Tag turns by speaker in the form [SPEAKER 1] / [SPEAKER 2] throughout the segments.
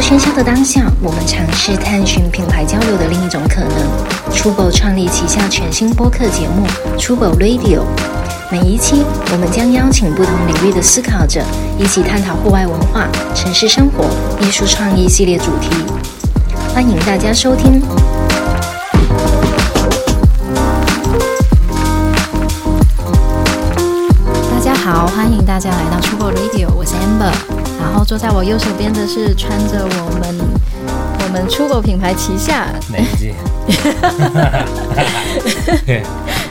[SPEAKER 1] 喧嚣的当下，我们尝试探寻品牌交流的另一种可能。出狗创立旗下全新播客节目《出狗 Radio》，每一期我们将邀请不同领域的思考者，一起探讨户外文化、城市生活、艺术创意系列主题。欢迎大家收听。
[SPEAKER 2] 大家好，欢迎大家来到出狗 Radio，我是 Amber。然后坐在我右手边的是穿着我们我们出口品牌旗下
[SPEAKER 3] 哪一季？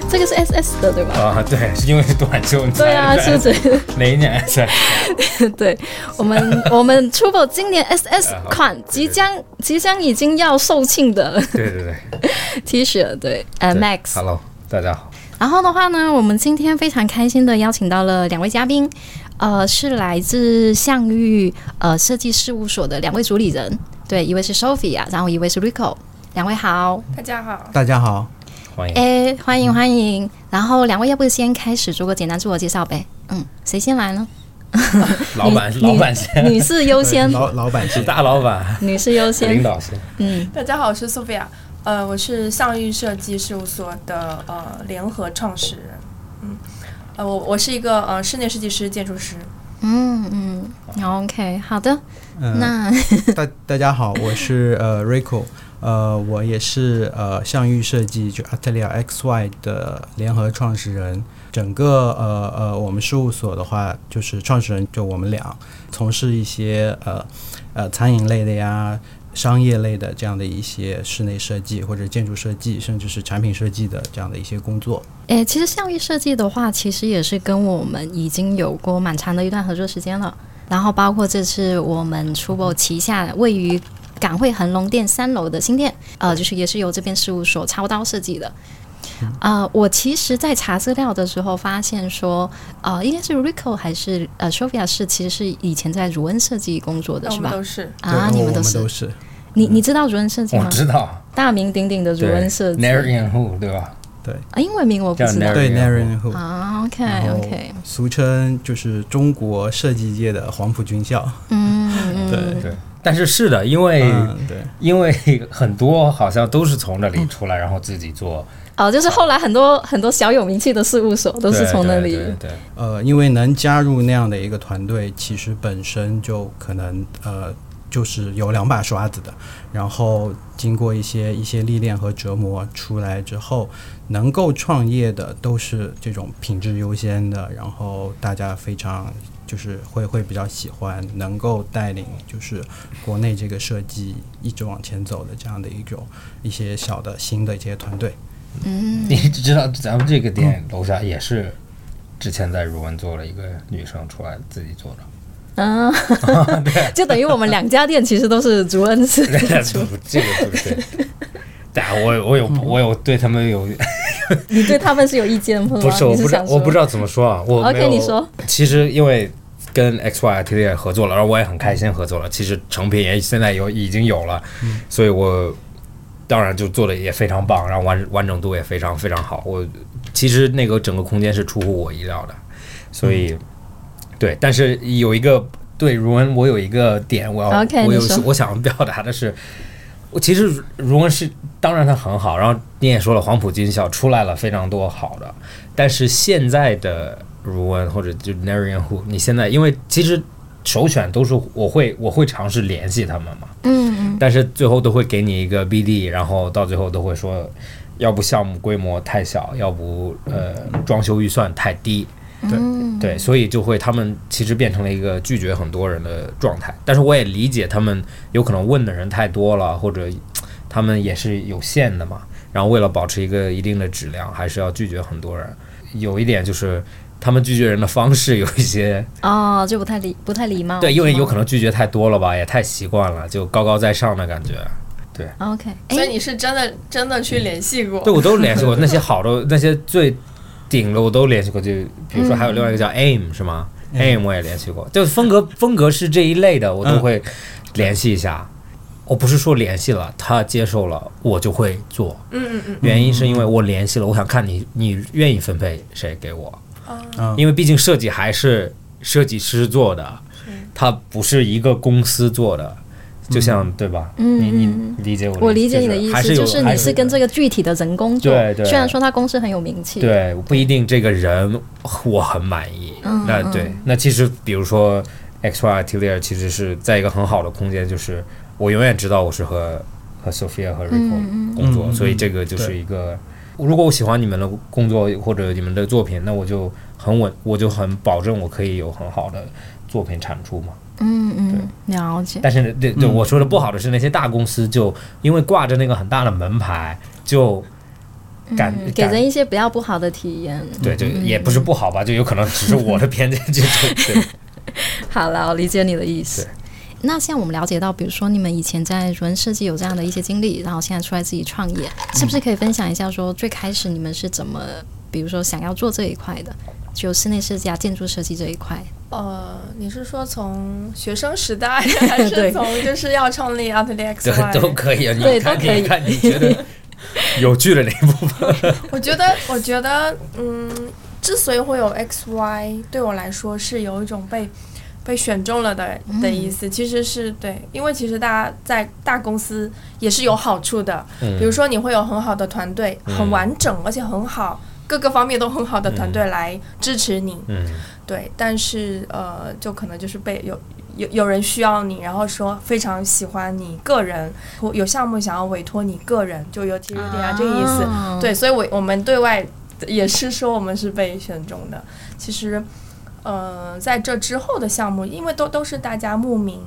[SPEAKER 2] 这个是 SS 的对吧？
[SPEAKER 3] 啊、哦，对，是因为是短袖。
[SPEAKER 2] 对 啊，是这。
[SPEAKER 3] 哪一年 SS？
[SPEAKER 2] 对， 我们我们出口今 年 SS 款即将即将已经要售罄的。
[SPEAKER 3] 对对对。
[SPEAKER 2] T 恤对，呃，Max。
[SPEAKER 3] Hello，大家好。
[SPEAKER 2] 然后的话呢，我们今天非常开心的邀请到了两位嘉宾。呃，是来自象玉呃设计事务所的两位主理人，对，一位是 Sophia，然后一位是 Rico，两位好，
[SPEAKER 4] 大家好，
[SPEAKER 5] 大家好，
[SPEAKER 3] 欢迎，
[SPEAKER 2] 哎，欢迎欢迎，然后两位要不先开始做个简单自我介绍呗？嗯，谁先来 呢？
[SPEAKER 3] 老板，老 板先，
[SPEAKER 2] 女士优先，
[SPEAKER 5] 老老板
[SPEAKER 3] 是大老板，
[SPEAKER 2] 女士优先，
[SPEAKER 3] 领导先，
[SPEAKER 2] 嗯，
[SPEAKER 4] 大家好，我是 Sophia，呃，我是象玉设计事务所的呃联合创始人，嗯。呃，我我是一个呃室内设计师、建筑师。
[SPEAKER 2] 嗯嗯，OK，好的。
[SPEAKER 5] 呃、
[SPEAKER 2] 那
[SPEAKER 5] 大大家好，我是呃 Rico，呃，我也是呃象玉设计就 Atelier XY 的联合创始人。整个呃呃我们事务所的话，就是创始人就我们俩，从事一些呃呃餐饮类的呀、商业类的这样的一些室内设计或者建筑设计，甚至是产品设计的这样的一些工作。
[SPEAKER 2] 诶，其实项目设计的话，其实也是跟我们已经有过蛮长的一段合作时间了。然后包括这次我们出过旗下位于港汇恒隆店三楼的新店，呃，就是也是由这边事务所操刀设计的。呃，我其实，在查资料的时候发现说，呃，应该是 Rico 还是呃 Sophia 是，其实是以前在如恩设计工作的是吧？
[SPEAKER 4] 哦都是
[SPEAKER 2] 啊，你们都是。
[SPEAKER 5] 都是
[SPEAKER 2] 你你知道如恩设计吗？
[SPEAKER 3] 我哦知道，
[SPEAKER 2] 大名鼎鼎的如恩设计。
[SPEAKER 3] Narian Who 对吧？
[SPEAKER 5] 对
[SPEAKER 2] 啊，英文名我不知道。
[SPEAKER 5] 对 Narian Who
[SPEAKER 2] 啊，OK OK，
[SPEAKER 5] 俗称就是中国设计界的黄埔军校。
[SPEAKER 2] 嗯，
[SPEAKER 5] 对
[SPEAKER 3] 对。但是是的，因为
[SPEAKER 5] 嗯对，
[SPEAKER 3] 因为很多好像都是从那里出来，然后自己做。
[SPEAKER 2] 哦，就是后来很多很多小有名气的事务所都是从那里。
[SPEAKER 3] 对对。
[SPEAKER 5] 呃，因为能加入那样的一个团队，其实本身就可能呃。就是有两把刷子的，然后经过一些一些历练和折磨出来之后，能够创业的都是这种品质优先的，然后大家非常就是会会比较喜欢，能够带领就是国内这个设计一直往前走的这样的一种一些小的新的一些团队。
[SPEAKER 2] 嗯，
[SPEAKER 3] 你知道咱们这个店楼下也是之前在如文做了一个女生出来自己做的。
[SPEAKER 2] 啊， 就等于我们两家店其实都是竹 恩寺
[SPEAKER 3] 这个 不对。但我我有我有对他们有，
[SPEAKER 2] 你对他们是有意见吗？
[SPEAKER 3] 不是，我不知道我不知道怎么说啊。我
[SPEAKER 2] OK，你说。
[SPEAKER 3] 其实因为跟 XY T D 合作了，然后我也很开心合作了。其实成品也现在有已经有了，嗯、所以我当然就做的也非常棒，然后完完整度也非常非常好。我其实那个整个空间是出乎我意料的，所以。嗯对，但是有一个对如文，我有一个点，我要
[SPEAKER 2] ，okay,
[SPEAKER 3] 我有我想表达的是，我其实如文是当然它很好，然后你也说了，黄埔军校出来了非常多好的，但是现在的如文或者就 Narian Who，你现在因为其实首选都是我会我会尝试联系他们嘛，
[SPEAKER 2] 嗯嗯，
[SPEAKER 3] 但是最后都会给你一个 BD，然后到最后都会说，要不项目规模太小，要不呃装修预算太低。
[SPEAKER 5] 对
[SPEAKER 3] 对，所以就会他们其实变成了一个拒绝很多人的状态，但是我也理解他们有可能问的人太多了，或者他们也是有限的嘛。然后为了保持一个一定的质量，还是要拒绝很多人。有一点就是他们拒绝人的方式有一些
[SPEAKER 2] 哦，就不太礼不太礼貌。
[SPEAKER 3] 对，因为有可能拒绝太多了吧，也太习惯了，就高高在上的感觉。对
[SPEAKER 2] 哦，OK，哎
[SPEAKER 4] 所以你是真的真的去联系过？
[SPEAKER 3] 对，我都联系过那些好的那些最。顶了我都联系过，就比
[SPEAKER 4] 嗯
[SPEAKER 3] 如说还有另外一个叫 Aim 是吗、嗯、？Aim 我也联系过，就风格风格是这一类的，我
[SPEAKER 4] 嗯
[SPEAKER 3] 都会联系一下。嗯、我不是说联系了，他接受了，我就会做。
[SPEAKER 4] 嗯嗯嗯。
[SPEAKER 3] 原因是因为我联系了，我想看你你愿意分配谁给我，
[SPEAKER 2] 哦
[SPEAKER 3] 嗯、因为毕竟设计还是设计师做的，他不是一个公司做的。就像对吧？
[SPEAKER 2] 嗯
[SPEAKER 3] 你你
[SPEAKER 2] 嗯
[SPEAKER 3] 你理解我的意思，
[SPEAKER 2] 我理解你的意
[SPEAKER 3] 还
[SPEAKER 2] 思，
[SPEAKER 3] 有
[SPEAKER 2] 就是
[SPEAKER 3] 还
[SPEAKER 2] 你是跟这个具体的人工作，
[SPEAKER 3] 对对
[SPEAKER 2] 虽然说他公司很有名气，
[SPEAKER 3] 对，不一定这个人我很满意。
[SPEAKER 2] 嗯
[SPEAKER 3] 那对，那其实比如说 X Y t i l i a 其实是在一个很好的空间，就是我永远知道我是和和 Sophia 和 Rico 工作，
[SPEAKER 5] 嗯嗯
[SPEAKER 3] 所以这个就是
[SPEAKER 5] 对
[SPEAKER 3] 一个，如果我喜欢你们的工作或者你们的作品，那我就很稳，我就很保证我可以有很好的作品产出嘛。
[SPEAKER 2] 嗯嗯，了解。
[SPEAKER 3] 但是对对，
[SPEAKER 5] 嗯
[SPEAKER 3] 我说的不好的是那些大公司就因为挂着那个很大的门牌就。感
[SPEAKER 2] 嗯给
[SPEAKER 3] 感
[SPEAKER 2] 人一些比较不好的体验。
[SPEAKER 3] 对，就
[SPEAKER 2] 嗯
[SPEAKER 3] 也不是不好吧，就有可能只是我 的偏见，就就对，
[SPEAKER 2] 好了，我理解你的意思
[SPEAKER 3] 对。
[SPEAKER 2] 那像我们了解到，比如说你们以前在人设计有这样的一些经历，然后现在出来自己创业，
[SPEAKER 3] 嗯
[SPEAKER 2] 是不是可以分享一下说最开始你们是怎么，比如说想要做这一块的，就室内设计啊、建筑设计这一块？
[SPEAKER 4] 呃，你是说从学生时代，还
[SPEAKER 2] 对
[SPEAKER 4] 是从就是要创立 Outlet X
[SPEAKER 3] 对
[SPEAKER 4] Y？
[SPEAKER 3] 都可以啊。
[SPEAKER 2] 对
[SPEAKER 3] 你
[SPEAKER 2] 都
[SPEAKER 3] 看，
[SPEAKER 2] 可以
[SPEAKER 3] 你看，你觉得 有趣的那一部分，
[SPEAKER 4] 我觉得，我觉得，嗯，之所以会有 X Y，对我来说是有一种被被选中了的的意思。其实是对，因为其实大家在大公司也是有好处的，
[SPEAKER 3] 嗯
[SPEAKER 4] 比如说你会有很好的团队，很完整，而且很好，各个方面都很好的团队来支持你。
[SPEAKER 3] 嗯，
[SPEAKER 4] 对，但是呃，就可能就是被有有有人需要你，然后说非常喜欢你个人，或有项目想要委托你个人，就有提一点啊这个意思。
[SPEAKER 2] 啊
[SPEAKER 4] 对，所以我我们对外也是说我们是被选中的。其实，呃，在这之后的项目，因为都都是大家慕名。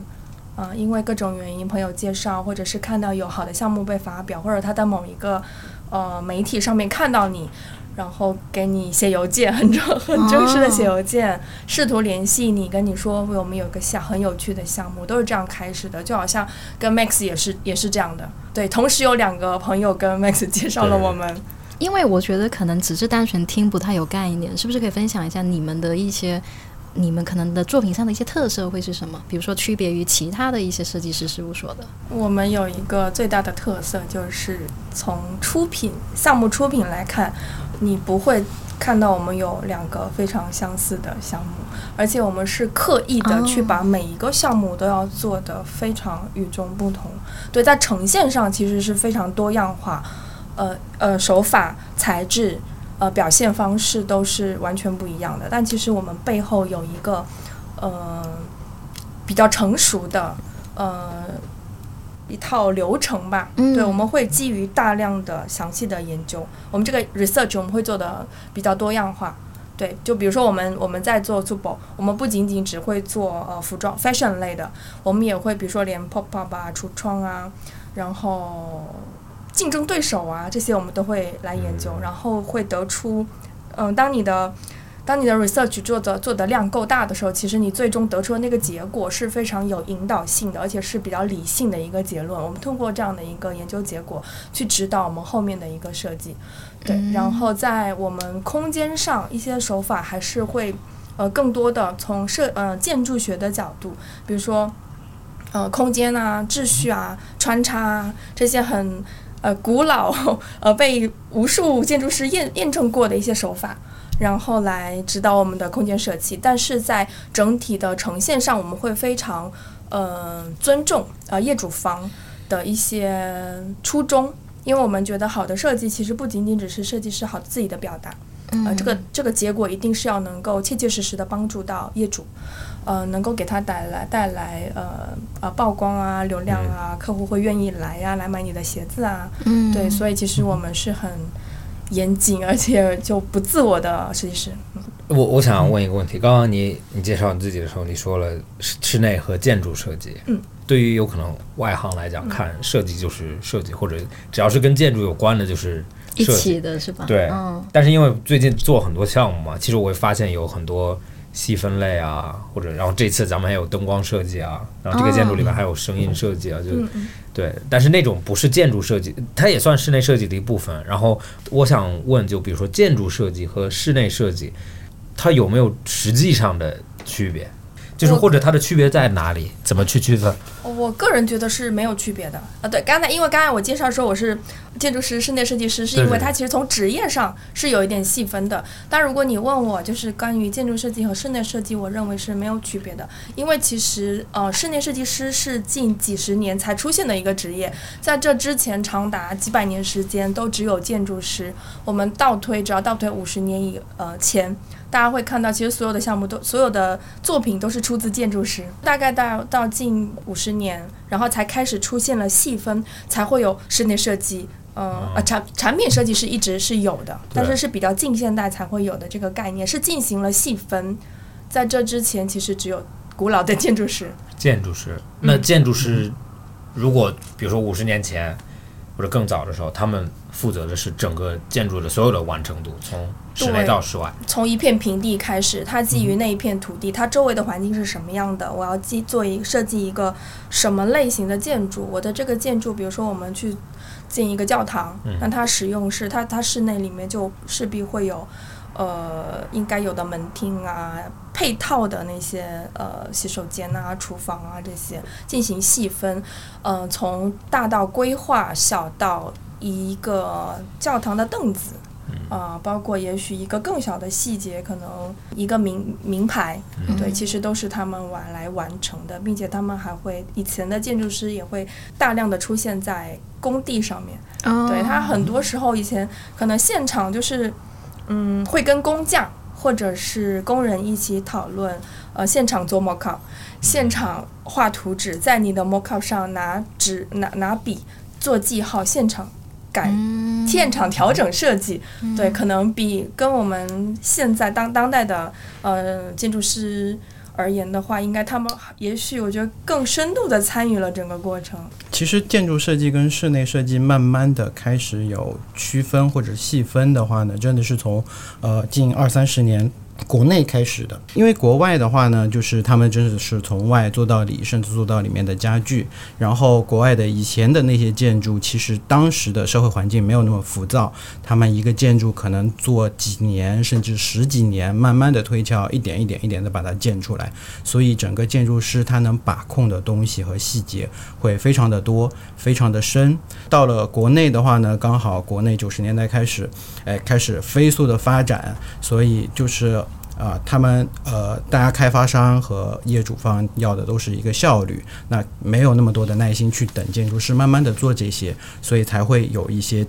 [SPEAKER 4] 啊、因为各种原因，朋友介绍，或者是看到有好的项目被发表，或者他在某一个呃媒体上面看到你，然后给你写邮件，很正 很正式的写邮件，试图联系你，跟你说我们有个项很有趣的项目，都是这样开始的，就好像跟 Max 也是也是这样的。对，同时有两个朋友跟 Max 介绍了
[SPEAKER 3] 对
[SPEAKER 4] 我们，
[SPEAKER 2] 因为我觉得可能只是单纯听不太有概念，是不是可以分享一下你们的一些，你们可能的作品上的一些特色会是什么？比如说区别于其他的一些设计师事务所的，
[SPEAKER 4] 我们有一个最大的特色，就是从出品项目出品来看，你不会看到我们有两个非常相似的项目，而且我们是刻意的
[SPEAKER 2] 哦
[SPEAKER 4] 去把每一个项目都要做得非常与众不同。对，在呈现上其实是非常多样化，呃呃，手法、材质、呃表现方式都是完全不一样的。但其实我们背后有一个呃比较成熟的呃一套流程吧。
[SPEAKER 2] 嗯
[SPEAKER 4] 对，我们会基于大量的详细的研究，我们这个 research 我们会做的比较多样化。对，就比如说我们我们在做 Zubo，我们不仅仅只会做呃服装 fashion 类的，我们也会比如说连 pop up 啊、橱窗啊，然后竞争对手啊这些我们都会来研究，然后会得出，嗯，当你的当你的 research 做的做的量够大的时候，其实你最终得出的那个结果是非常有引导性的，而且是比较理性的一个结论。我们通过这样的一个研究结果去指导我们后面的一个设计，对。然后在我们空间上一些手法还是会，呃，更多的从设呃建筑学的角度，比如说，呃，空间啊、秩序啊、穿插啊这些很呃古老 呃被无数建筑师验验证过的一些手法。然后来指导我们的空间设计，但是在整体的呈现上，我们会非常呃尊重呃业主方的一些初衷，因为我们觉得好的设计其实不仅仅只是设计师好自己的表达，呃，这个这个结果一定是要能够切切实实的帮助到业主，呃，能够给他带来带来呃呃曝光啊、流量啊，客户会愿意来呀、来买你的鞋子啊，
[SPEAKER 2] 嗯
[SPEAKER 4] 对，所以其实我们是很严谨，而且就不自我的设计师。
[SPEAKER 3] 我我想问一个问题，刚刚你你介绍你自己的时候，你说了室室内和建筑设计，
[SPEAKER 4] 嗯，
[SPEAKER 3] 对于有可能外行来
[SPEAKER 2] 嗯
[SPEAKER 3] 讲，看设计就是设计，或者只要是跟建筑有关的，就是
[SPEAKER 2] 一
[SPEAKER 3] 设计
[SPEAKER 2] 起，的是吧？
[SPEAKER 3] 对
[SPEAKER 2] 嗯，
[SPEAKER 3] 但是因为最近做很多项目嘛，其实我会发现有很多细分类啊，或者然后这次咱们还有灯光设计啊，然后这个建筑里面还有声音设计啊，
[SPEAKER 4] 嗯
[SPEAKER 3] 就对，但是那种不是建筑设计，它也算室内设计的一部分。然后我想问，就比如说建筑设计和室内设计，它有没有实际上的区别？就是或者它的区别在哪里？怎么去区分？
[SPEAKER 4] 我个人觉得是没有区别的。呃，对，刚才因为刚才我介绍说我是建筑师、室内设计师，是因
[SPEAKER 3] 对
[SPEAKER 4] 为
[SPEAKER 3] 对
[SPEAKER 4] 它其实从职业上是有一点细分的。但如果你问我，就是关于建筑设计和室内设计，我认为是没有区别的，因为其实呃，室内设计师是近几十年才出现的一个职业，在这之前长达几百年时间都只有建筑师。我们倒推，只要倒推五十年以呃前，大家会看到，其实所有的项目都，所有的作品都是出自建筑师。大概到到近五十年，然后才开始出现了细分，才会有室内设计。呃，啊产产品设计是一直是有的，但是是比较近现代才会有的这个概念，是进行了细分。在这之前，其实只有古老的建筑师。
[SPEAKER 3] 建筑师，
[SPEAKER 2] 嗯
[SPEAKER 3] 那建筑师如果比如说五十年前或者更早的时候，他们负责的是整个建筑的所有的完成度，从室内
[SPEAKER 4] 对
[SPEAKER 3] 到室外。
[SPEAKER 4] 从一片平地开始，它基于那一片土地，它周围的环境是什么样的？我要基做一设计一个什么类型的建筑？我的这个建筑，比如说我们去建一个教堂，
[SPEAKER 3] 嗯
[SPEAKER 4] 那它使用是它它室内里面就势必会有。呃，应该有的门厅啊，配套的那些呃洗手间啊、厨房啊这些进行细分，呃，从大到规划，小到一个教堂的凳子，啊、包括也许一个更小的细节，可能一个名名牌，对，其实都是他们完来完成的，并且他们还会以前的建筑师也会大量的出现在工地上面，
[SPEAKER 2] 哦
[SPEAKER 4] 对他很多时候以前可能现场就是，嗯，会跟工匠或者是工人一起讨论，呃，现场做 mock up，现场画图纸，在你的 mock up 上拿纸拿拿笔做记号，现场改现场调整设计，对，可能比跟我们现在当当代的呃建筑师而言的话，应该他们也许我觉得更深度的参与了整个过程。
[SPEAKER 5] 其实建筑设计跟室内设计慢慢的开始有区分或者细分的话呢，真的是从呃近二三十年。国内开始的，因为国外的话呢，就是他们真的是从外做到里，甚至做到里面的家具。然后国外的以前的那些建筑，其实当时的社会环境没有那么浮躁，他们一个建筑可能做几年甚至十几年，慢慢的推敲，一点一点一点的把它建出来。所以整个建筑师他能把控的东西和细节会非常的多，非常的深。到了国内的话呢，刚好国内九十年代开始，哎，开始飞速的发展，所以就是。啊、他们呃，大家开发商和业主方要的都是一个效率，那没有那么多的耐心去等建筑师慢慢的做这些，所以才会有一些，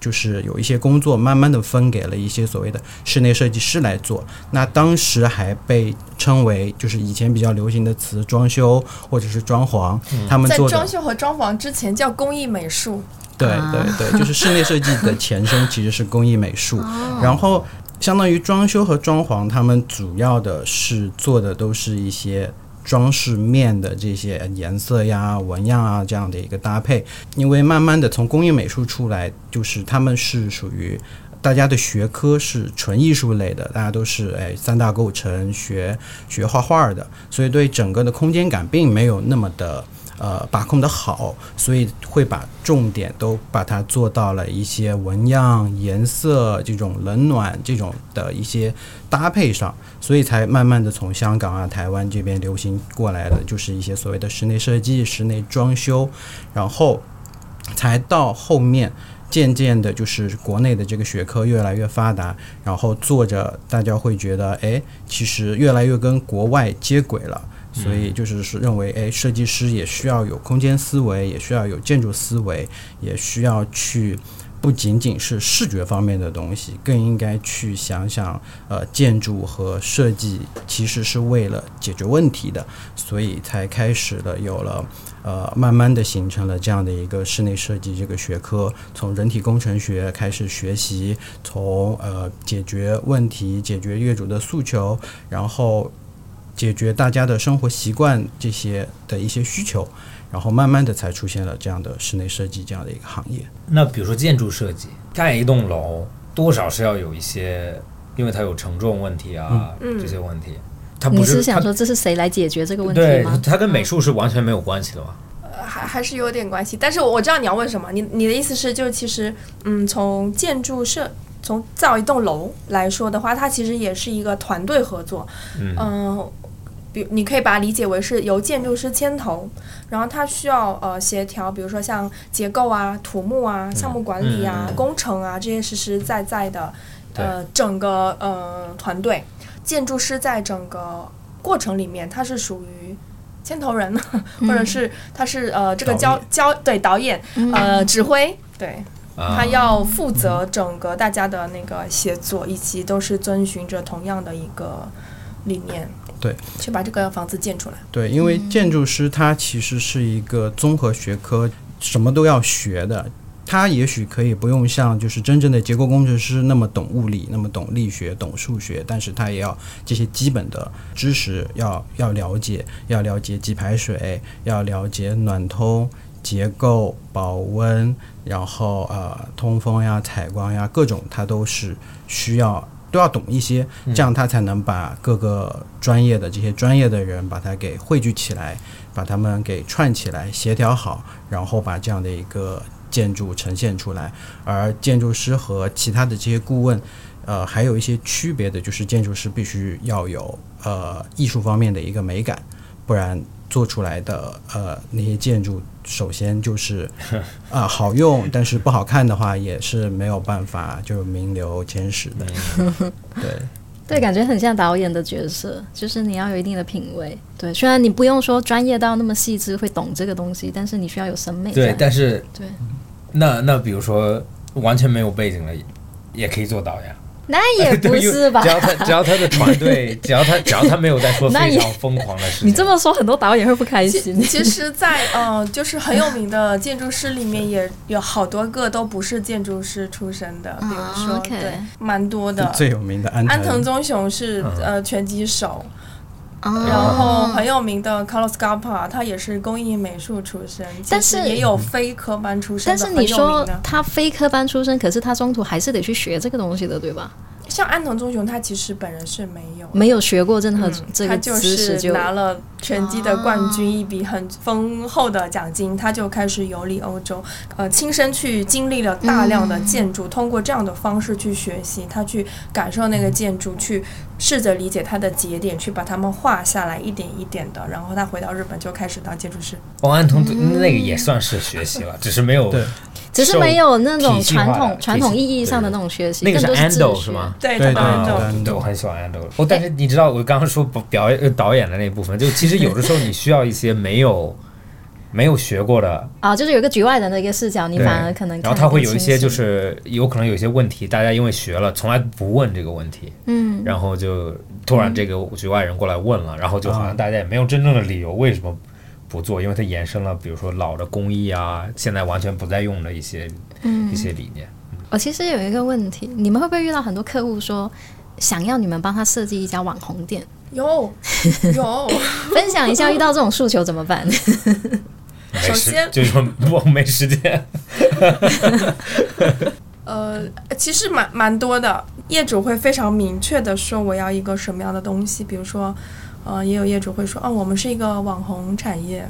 [SPEAKER 5] 就是有一些工作慢慢的分给了一些所谓的室内设计师来做。那当时还被称为就是以前比较流行的词，装修或者是装潢，他们
[SPEAKER 4] 在
[SPEAKER 5] 做的
[SPEAKER 4] 装修和装潢之前叫工艺美术，
[SPEAKER 5] 对
[SPEAKER 2] 啊
[SPEAKER 5] 对对，就是室内设计的前身其实是工艺美术， 然后相当于装修和装潢，他们主要的是做的都是一些。装饰面的这些颜色呀、纹样啊，这样的一个搭配，因为慢慢的从工艺美术出来，就是他们是属于大家的学科是纯艺术类的，大家都是哎三大构成学学画画的，所以对整个的空间感并没有那么的呃把控的好，所以会把重点都把它做到了一些纹样、颜色这种冷暖这种的一些搭配上，所以才慢慢的从香港啊、台湾这边流行过来的，就是一些所谓的室内设计、室内装修，然后才到后面。渐渐的，就是国内的这个学科越来越发达，然后做着大家会觉得，哎，其实越来越跟国外接轨了。所以就是是认为，哎，设计师也需要有空间思维，也需要有建筑思维，也需要去不仅仅是视觉方面的东西，更应该去想想，呃，建筑和设计其实是为了解决问题的，所以才开始了有了。呃，慢慢的形成了这样的一个室内设计这个学科，从人体工程学开始学习，从呃解决问题、解决业主的诉求，然后解决大家的生活习惯这些的一些需求，然后慢慢的才出现了这样的室内设计这样的一个行业。
[SPEAKER 3] 那比如说建筑设计，盖一栋楼多少是要有一些，因为它有承重问题啊、
[SPEAKER 4] 嗯
[SPEAKER 3] 这些问题，它不
[SPEAKER 2] 你
[SPEAKER 3] 是
[SPEAKER 2] 是想
[SPEAKER 3] 它
[SPEAKER 2] 说这是谁来解决这个问题
[SPEAKER 3] 对
[SPEAKER 2] 吗？嗯
[SPEAKER 3] 它跟美术是完全没有关系的嘛？
[SPEAKER 4] 呃还还是有点关系。但是我我知道你要问什么，你你的意思是，就是其实，嗯，从建筑设。从
[SPEAKER 2] 哦
[SPEAKER 4] 造一栋楼来说的话，它其实也是一个团队合作。
[SPEAKER 3] 嗯
[SPEAKER 4] 嗯、比你可以把它理解为是由建筑师牵头，然后他需要呃协调，比如说像结构啊、土木啊、项目管理啊、
[SPEAKER 3] 嗯嗯
[SPEAKER 4] 工程啊这些实实在在的
[SPEAKER 3] 对
[SPEAKER 4] 呃整个呃团队，建筑师在整个过程里面他是属于牵头人，或
[SPEAKER 3] 嗯
[SPEAKER 4] 者是他是呃这个
[SPEAKER 5] 导
[SPEAKER 4] 交
[SPEAKER 5] 演
[SPEAKER 4] 交对导演呃指挥对。
[SPEAKER 5] 嗯
[SPEAKER 3] 啊
[SPEAKER 4] 他要负责整个大家的那个协作，以及都是遵循着同样的一个理念，
[SPEAKER 5] 对，
[SPEAKER 4] 去把这个房子建出来。
[SPEAKER 5] 对，因为建筑师他其实是一个综合学科，什么都要学的。他也许可以不用像就是真正的结构工程师那么懂物理、那么懂力学、懂数学，但是他也要这些基本的知识要要了解，要了解给排水，要了解暖通、结构、保温，然后呃通风呀、采光呀，各种他都是需要都要懂一些，这样他才能把各个专业的这些专业的人把它给汇聚起来，把他们给串起来、协调好，然后把这样的一个建筑呈现出来。而建筑师和其他的这些顾问，呃，还有一些区别的就是建筑师必须要有呃艺术方面的一个美感，不然做出来的呃那些建筑，首先就是啊、好用，但是不好看的话也是没有办法就是名留千史的。对，
[SPEAKER 2] 对，感觉很像导演的角色，就是你要有一定的品味。对，虽然你不用说专业到那么细致会懂这个东西，但是你需要有审美在。
[SPEAKER 3] 对，但是
[SPEAKER 2] 对，
[SPEAKER 3] 那那比如说完全没有背景的也也可以做导呀，
[SPEAKER 2] 那也不
[SPEAKER 3] 对因为
[SPEAKER 2] 是吧
[SPEAKER 3] 只？要他只要他的团 队，只要他只要他没有在说
[SPEAKER 2] 那
[SPEAKER 3] 非
[SPEAKER 2] 也
[SPEAKER 3] 常疯狂的事情，
[SPEAKER 2] 你这么说，很多导演会不开心。
[SPEAKER 4] 其实 在，呃，就是很有名的建筑师里面，也有好多个都不是建筑师出身的，比如说，
[SPEAKER 2] OK
[SPEAKER 4] 对，蛮多的。
[SPEAKER 5] 最嗯有名的安
[SPEAKER 4] 安藤
[SPEAKER 5] 藤
[SPEAKER 4] 忠雄是呃拳击手，然
[SPEAKER 2] 然
[SPEAKER 4] 后很有名的 Carlos Gapa，他也是工艺美术出身，其
[SPEAKER 2] 但
[SPEAKER 4] 实
[SPEAKER 2] 是
[SPEAKER 4] 也有非科班出身
[SPEAKER 2] 但
[SPEAKER 4] 的，
[SPEAKER 2] 是
[SPEAKER 4] 很
[SPEAKER 2] 你
[SPEAKER 4] 有
[SPEAKER 2] 说
[SPEAKER 4] 名的
[SPEAKER 2] 他非科班出身，可是他中途还是得去学这个东西的，对吧？
[SPEAKER 4] 像安藤忠雄，他其实本人是没有
[SPEAKER 2] 没有学过任何
[SPEAKER 4] 嗯
[SPEAKER 2] 这
[SPEAKER 4] 他
[SPEAKER 2] 个
[SPEAKER 4] 就
[SPEAKER 2] 知识
[SPEAKER 4] 是
[SPEAKER 2] 就，哦
[SPEAKER 4] 拿了拳击的冠军，一笔很丰厚的奖金，他就开始游历欧洲，呃，亲身去经历了大量
[SPEAKER 2] 嗯
[SPEAKER 4] 的建筑，通过这样的方式去学习，他去感受那个建筑，去试着理解它的节点，去把它们画下来，一点一点的。然后他回到日本就开始当建筑师，
[SPEAKER 3] 王安童那个也算是学习了，只是没有
[SPEAKER 5] 对
[SPEAKER 2] 只是没有那种
[SPEAKER 3] 体系化
[SPEAKER 2] 传
[SPEAKER 3] 的
[SPEAKER 2] 统
[SPEAKER 3] 体系
[SPEAKER 2] 传统意义上的那种学习，
[SPEAKER 3] 那个
[SPEAKER 2] 更多是自
[SPEAKER 3] Ando
[SPEAKER 2] 学
[SPEAKER 3] 是吗？？啊
[SPEAKER 4] 对，他
[SPEAKER 5] 对对
[SPEAKER 4] 当
[SPEAKER 5] 对
[SPEAKER 4] 然
[SPEAKER 5] 对
[SPEAKER 4] 就
[SPEAKER 3] 对，我很喜欢安德鲁。哦，但是你知道，我刚刚说表演呃导演的那部分，就其实有的时候你需要一些没有没有学过的，
[SPEAKER 2] 啊，就是有一个局外人的一个视角，你
[SPEAKER 3] 对
[SPEAKER 2] 反而可能
[SPEAKER 3] 然后
[SPEAKER 2] 看
[SPEAKER 3] 他
[SPEAKER 2] 得
[SPEAKER 3] 会有
[SPEAKER 2] 更
[SPEAKER 3] 一
[SPEAKER 2] 清
[SPEAKER 3] 些就
[SPEAKER 2] 晰
[SPEAKER 3] 是有可能有一些问题，大家因为学了从来不问这个问题，
[SPEAKER 2] 嗯，
[SPEAKER 3] 然后就突然这个局外人过来问了，然后就好像大家也没有真正的理由为什么不做，因为它延伸了比如说老的工艺啊，现在完全不再用的一些
[SPEAKER 2] 嗯
[SPEAKER 3] 一些理念。
[SPEAKER 2] 我哦其实有一个问题，你们会不会遇到很多客户说想要你们帮他设计一家网红店？
[SPEAKER 4] 有有。
[SPEAKER 2] 分享一下遇到这种诉求怎么办？
[SPEAKER 3] 没
[SPEAKER 4] 首
[SPEAKER 3] 时
[SPEAKER 4] 先
[SPEAKER 3] 就是说我 没时间，
[SPEAKER 4] 呃，其实蛮蛮多的，业主会非常明确的说我要一个什么样的东西，比如说，呃，也有业主会说，哦，我们是一个网红产业，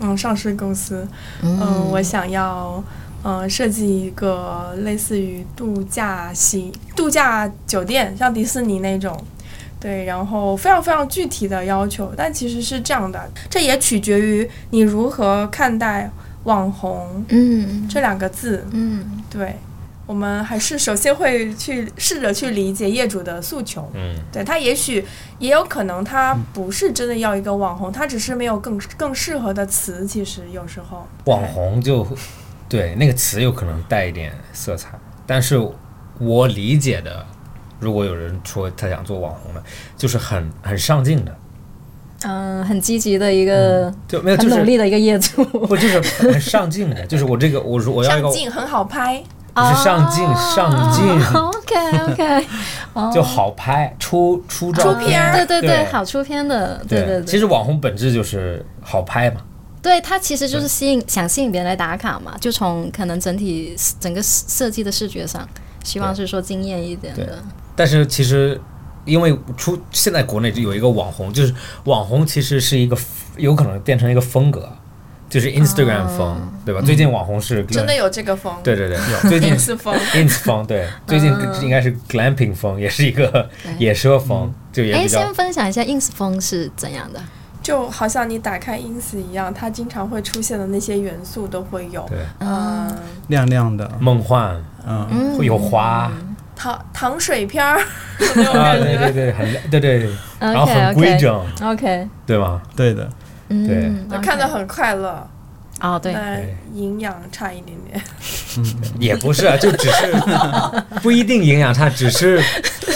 [SPEAKER 4] 嗯，上市公司，嗯、我想要，呃，设计一个类似于度假型度假酒店，像迪士尼那种。对，然后非常非常具体的要求，但其实是这样的，这也取决于你如何看待“网红”
[SPEAKER 2] 嗯
[SPEAKER 4] 这两个字。
[SPEAKER 2] 嗯
[SPEAKER 4] 对，我们还是首先会去试着去理解业主的诉求。
[SPEAKER 3] 嗯，
[SPEAKER 4] 对他，也许也有可能他不是真的要一个网红，他只是没有更更适合的词。其实有时候
[SPEAKER 3] 网红就对那个词有可能带一点色彩，但是我理解的，如果有人说他想做网红的，就是很很上进的，
[SPEAKER 2] 嗯、很积极的一个、
[SPEAKER 3] 就没有
[SPEAKER 2] 很
[SPEAKER 3] 嗯就
[SPEAKER 2] 努
[SPEAKER 3] 是
[SPEAKER 2] 力的一个 业主。
[SPEAKER 3] 不就是很上进的，就是我这个我如我要一
[SPEAKER 4] 上
[SPEAKER 3] 个
[SPEAKER 4] 镜很好拍，
[SPEAKER 3] 不是上镜
[SPEAKER 2] 哦
[SPEAKER 3] 上 镜
[SPEAKER 2] OK OK，哦，
[SPEAKER 3] 就好拍出出照
[SPEAKER 4] 出片儿
[SPEAKER 2] 对对对，
[SPEAKER 3] 对
[SPEAKER 2] 好出片的，对对对。
[SPEAKER 3] 其实网红本质就是好拍嘛，
[SPEAKER 2] 对它其实就是吸引想吸引别人来打卡嘛，就从可能整体整个设计的视觉上，希望是说惊艳一点的。
[SPEAKER 3] 但是其实，因为出现在国内就有一个网红，就是网红其实是一个有可能变成一个风格，就是 Instagram 风，对吧？最近网红是 glam-
[SPEAKER 4] 真的有这个风，
[SPEAKER 3] 对对对，最 近
[SPEAKER 4] 是风，
[SPEAKER 3] ins 风，对，最近应该是 glamping 风，也是一个 野奢风，就也
[SPEAKER 2] 哎，
[SPEAKER 3] 比较
[SPEAKER 2] 先分享一下 ins 风是怎样的？
[SPEAKER 4] 就好像你打开 ins 一样，它经常会出现的那些元素都会有。
[SPEAKER 3] 对
[SPEAKER 4] 嗯，
[SPEAKER 5] 亮亮的，
[SPEAKER 3] 梦幻，
[SPEAKER 5] 嗯，
[SPEAKER 2] 嗯
[SPEAKER 3] 会有花
[SPEAKER 4] 糖糖水片儿，
[SPEAKER 3] 啊，对对对，很对对，然后很
[SPEAKER 2] OK，OK
[SPEAKER 3] 规整，
[SPEAKER 2] ，OK，
[SPEAKER 3] 对吗？
[SPEAKER 5] 对的，
[SPEAKER 2] 嗯，
[SPEAKER 3] 对
[SPEAKER 2] OK
[SPEAKER 4] 看得很快乐，
[SPEAKER 2] 哦，对，
[SPEAKER 4] 但
[SPEAKER 3] 对
[SPEAKER 4] 营养差一点点。
[SPEAKER 3] 也不是啊，就只是不一定营养差，只是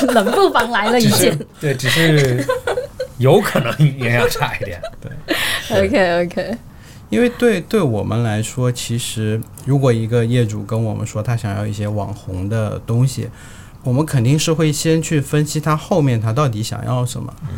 [SPEAKER 2] 冷不防来了一
[SPEAKER 3] 只
[SPEAKER 2] 件
[SPEAKER 3] 是。对，只是有可能营养差一点。
[SPEAKER 2] OK OK，
[SPEAKER 5] 因为对对我们来说，其实如果一个业主跟我们说他想要一些网红的东西，我们肯定是会先去分析他后面他到底想要什么。
[SPEAKER 3] 嗯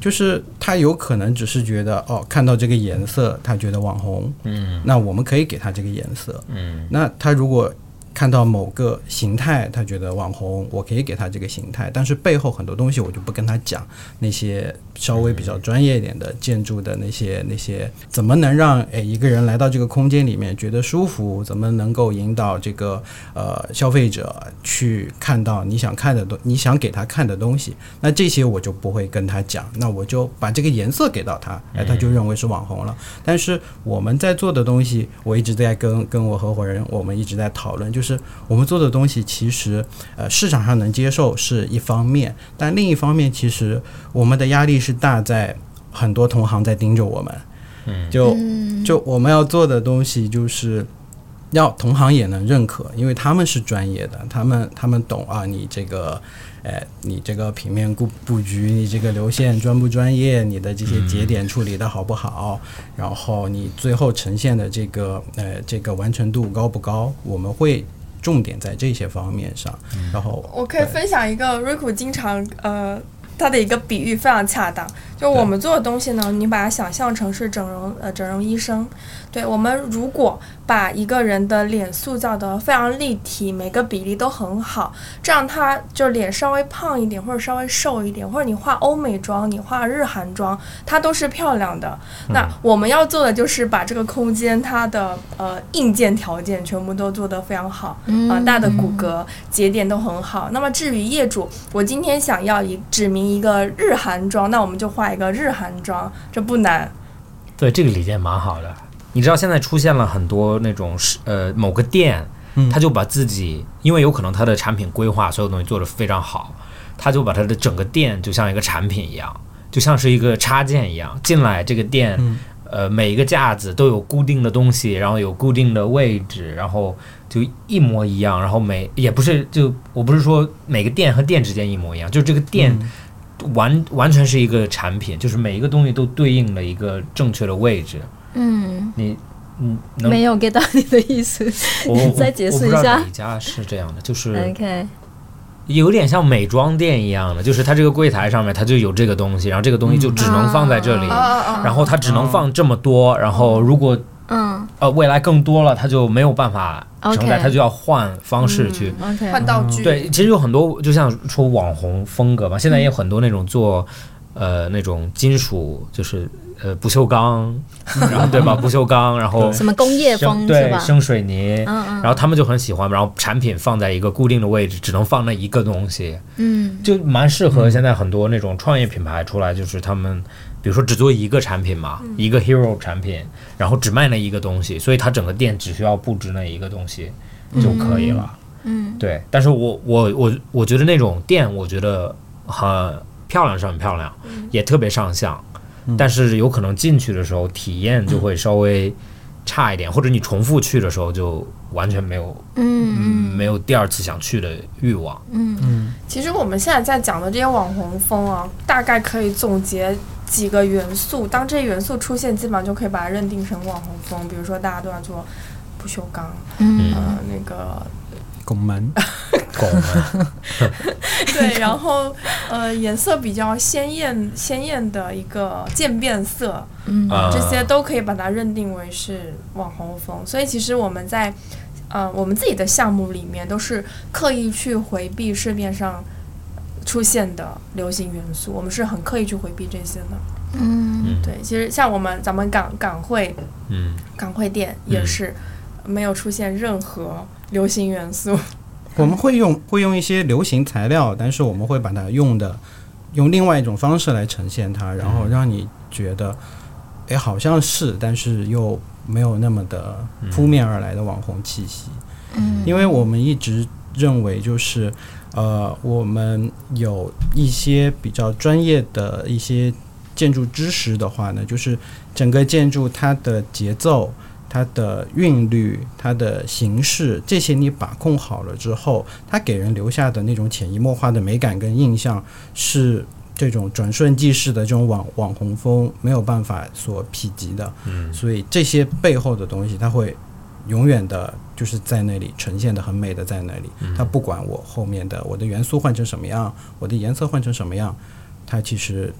[SPEAKER 5] 就是他有可能只是觉得哦，看到这个颜色，他觉得网红，
[SPEAKER 3] 嗯
[SPEAKER 5] 那我们可以给他这个颜色。
[SPEAKER 3] 嗯
[SPEAKER 5] 那他如果看到某个形态，他觉得网红，我可以给他这个形态，但是背后很多东西我就不跟他讲。那些稍微比较专业一点的建筑的那些那些，怎么能让诶一个人来到这个空间里面觉得舒服？怎么能够引导这个呃消费者去看到你想看的东，你想给他看的东西？那这些我就不会跟他讲，那我就把这个颜色给到他，哎，他就认为是网红了。但是我们在做的东西，我一直在跟跟我合伙人，我们一直在讨论，就是我们做的东西其实呃市场上能接受是一方面，但另一方面其实我们的压力是大在很多同行在盯着我们，
[SPEAKER 3] 嗯
[SPEAKER 5] 就就我们要做的东西就是。要同行也能认可，因为他们是专业的，他们他们懂啊，你这个，哎，你这个平面布布局，你这个流线专不专业，你的这些节点处理的好不好，然后你最后呈现的这个呃这个完成度高不高，我们会重点在这些方面上，然后
[SPEAKER 4] 我可以分享一个 Rico 经常呃他的一个比喻非常恰当，就我们做的东西呢，你把它想象成是整容呃整容医生，对我们如果把一个人的脸塑造得非常立体，每个比例都很好，这样他就脸稍微胖一点或者稍微瘦一点，或者你化欧美妆，你化日韩妆，它都是漂亮的。那我们要做的就是把这个空间它的呃硬件条件全部都做得非常好，啊、大的骨骼节点都很好。那么至于业主，我今天想要以指明一个日韩妆，那我们就画一个日韩妆，这不难。
[SPEAKER 3] 对，这个理念蛮好的。你知道现在出现了很多那种是呃某个店，他就把自己，因为有可能他的产品规划所有东西做得非常好，他就把他的整个店就像一个产品一样，就像是一个插件一样，进来这个店，呃每一个架子都有固定的东西，然后有固定的位置，然后就一模一样，然后每也不是就我不是说每个店和店之间一模一样，就是这个店。完完全是一个产品，就是每一个东西都对应了一个正确的位置。
[SPEAKER 2] 嗯，
[SPEAKER 3] 你你能
[SPEAKER 2] 没有 get 到你的意思。
[SPEAKER 3] 我我
[SPEAKER 2] 再解释
[SPEAKER 3] 我不知
[SPEAKER 2] 一
[SPEAKER 3] 道
[SPEAKER 2] 下嗯
[SPEAKER 3] 哪家是这样的，就是
[SPEAKER 2] OK，
[SPEAKER 3] 有点像美妆店一样的，就是它这个柜台上面它就有这个东西，然后这个东西就只能放在这里，
[SPEAKER 4] 啊
[SPEAKER 3] 然后它只能放这么多，然后如果
[SPEAKER 2] 嗯
[SPEAKER 3] 呃未来更多了，它就没有办法承载，
[SPEAKER 2] OK 嗯
[SPEAKER 3] 它就要换方式去。
[SPEAKER 4] 啊！
[SPEAKER 2] ，OK，
[SPEAKER 4] 换道具，
[SPEAKER 3] 嗯对，其实有很多，就像说网红风格嘛，现在也有很多那种做，呃，那种金属，就是呃不锈钢，然后对吧？不锈钢，然后
[SPEAKER 2] 什么工业
[SPEAKER 3] 生
[SPEAKER 2] 风是
[SPEAKER 3] 对
[SPEAKER 2] 吧？
[SPEAKER 3] 生水泥，
[SPEAKER 2] 嗯嗯
[SPEAKER 3] 然后他们就很喜欢，然后产品放在一个固定的位置，只能放那一个东西，
[SPEAKER 2] 嗯
[SPEAKER 3] 就蛮适合现在很多那种创业品牌出来，就是他们。比如说只做一个产品嘛，
[SPEAKER 2] 嗯
[SPEAKER 3] 一个 hero 产品，然后只卖那一个东西，所以它整个店只需要布置那一个东西就可以了。
[SPEAKER 2] 嗯
[SPEAKER 3] 对，但是我我我我觉得那种店，我觉得很漂亮是很漂亮，
[SPEAKER 2] 嗯
[SPEAKER 3] 也特别上相，但是有可能进去的时候体验就会稍微差一点，或者你重复去的时候就完全没有
[SPEAKER 2] 嗯
[SPEAKER 3] 没有第二次想去的欲望。
[SPEAKER 4] 其实我们现在在讲的这些网红风啊，大概可以总结几个元素。当这些元素出现，基本上就可以把它认定成网红风。比如说，大家都要做不锈钢，
[SPEAKER 2] 嗯
[SPEAKER 4] 呃，那 个
[SPEAKER 5] 拱门，
[SPEAKER 3] 狗们，
[SPEAKER 4] 对，然后呃，颜色比较鲜艳、鲜艳的一个渐变色，
[SPEAKER 2] 嗯
[SPEAKER 3] 啊
[SPEAKER 4] 这些都可以把它认定为是网红风。所以其实我们在呃我们自己的项目里面都是刻意去回避市面上出现的流行元素，我们是很刻意去回避这些的。
[SPEAKER 2] 嗯
[SPEAKER 3] 嗯，
[SPEAKER 4] 对，其实像我们咱们港港汇
[SPEAKER 3] 嗯，
[SPEAKER 4] 港汇店也
[SPEAKER 3] 嗯
[SPEAKER 4] 是没有出现任何流行元素，
[SPEAKER 5] 我们会用会用一些流行材料，但是我们会把它用的用另外一种方式来呈现它，然后让你觉得，哎，好像是，但是又没有那么的扑面而来的网红气息。
[SPEAKER 2] 嗯
[SPEAKER 5] 因为我们一直认为就是，呃，我们有一些比较专业的一些建筑知识的话呢，就是整个建筑它的节奏、它的韵律、它的形式这些你把控好了之后，它给人留下的那种潜移默化的美感跟印象是。这种转瞬即逝的这种网网红风没有办法所匹及的，
[SPEAKER 3] 嗯
[SPEAKER 5] 所以这些背后的东西，它会永远的就是在那里呈现的很美的在那里。它不管我后面的我的元素换成什么样，我的颜色换成什么样，它其实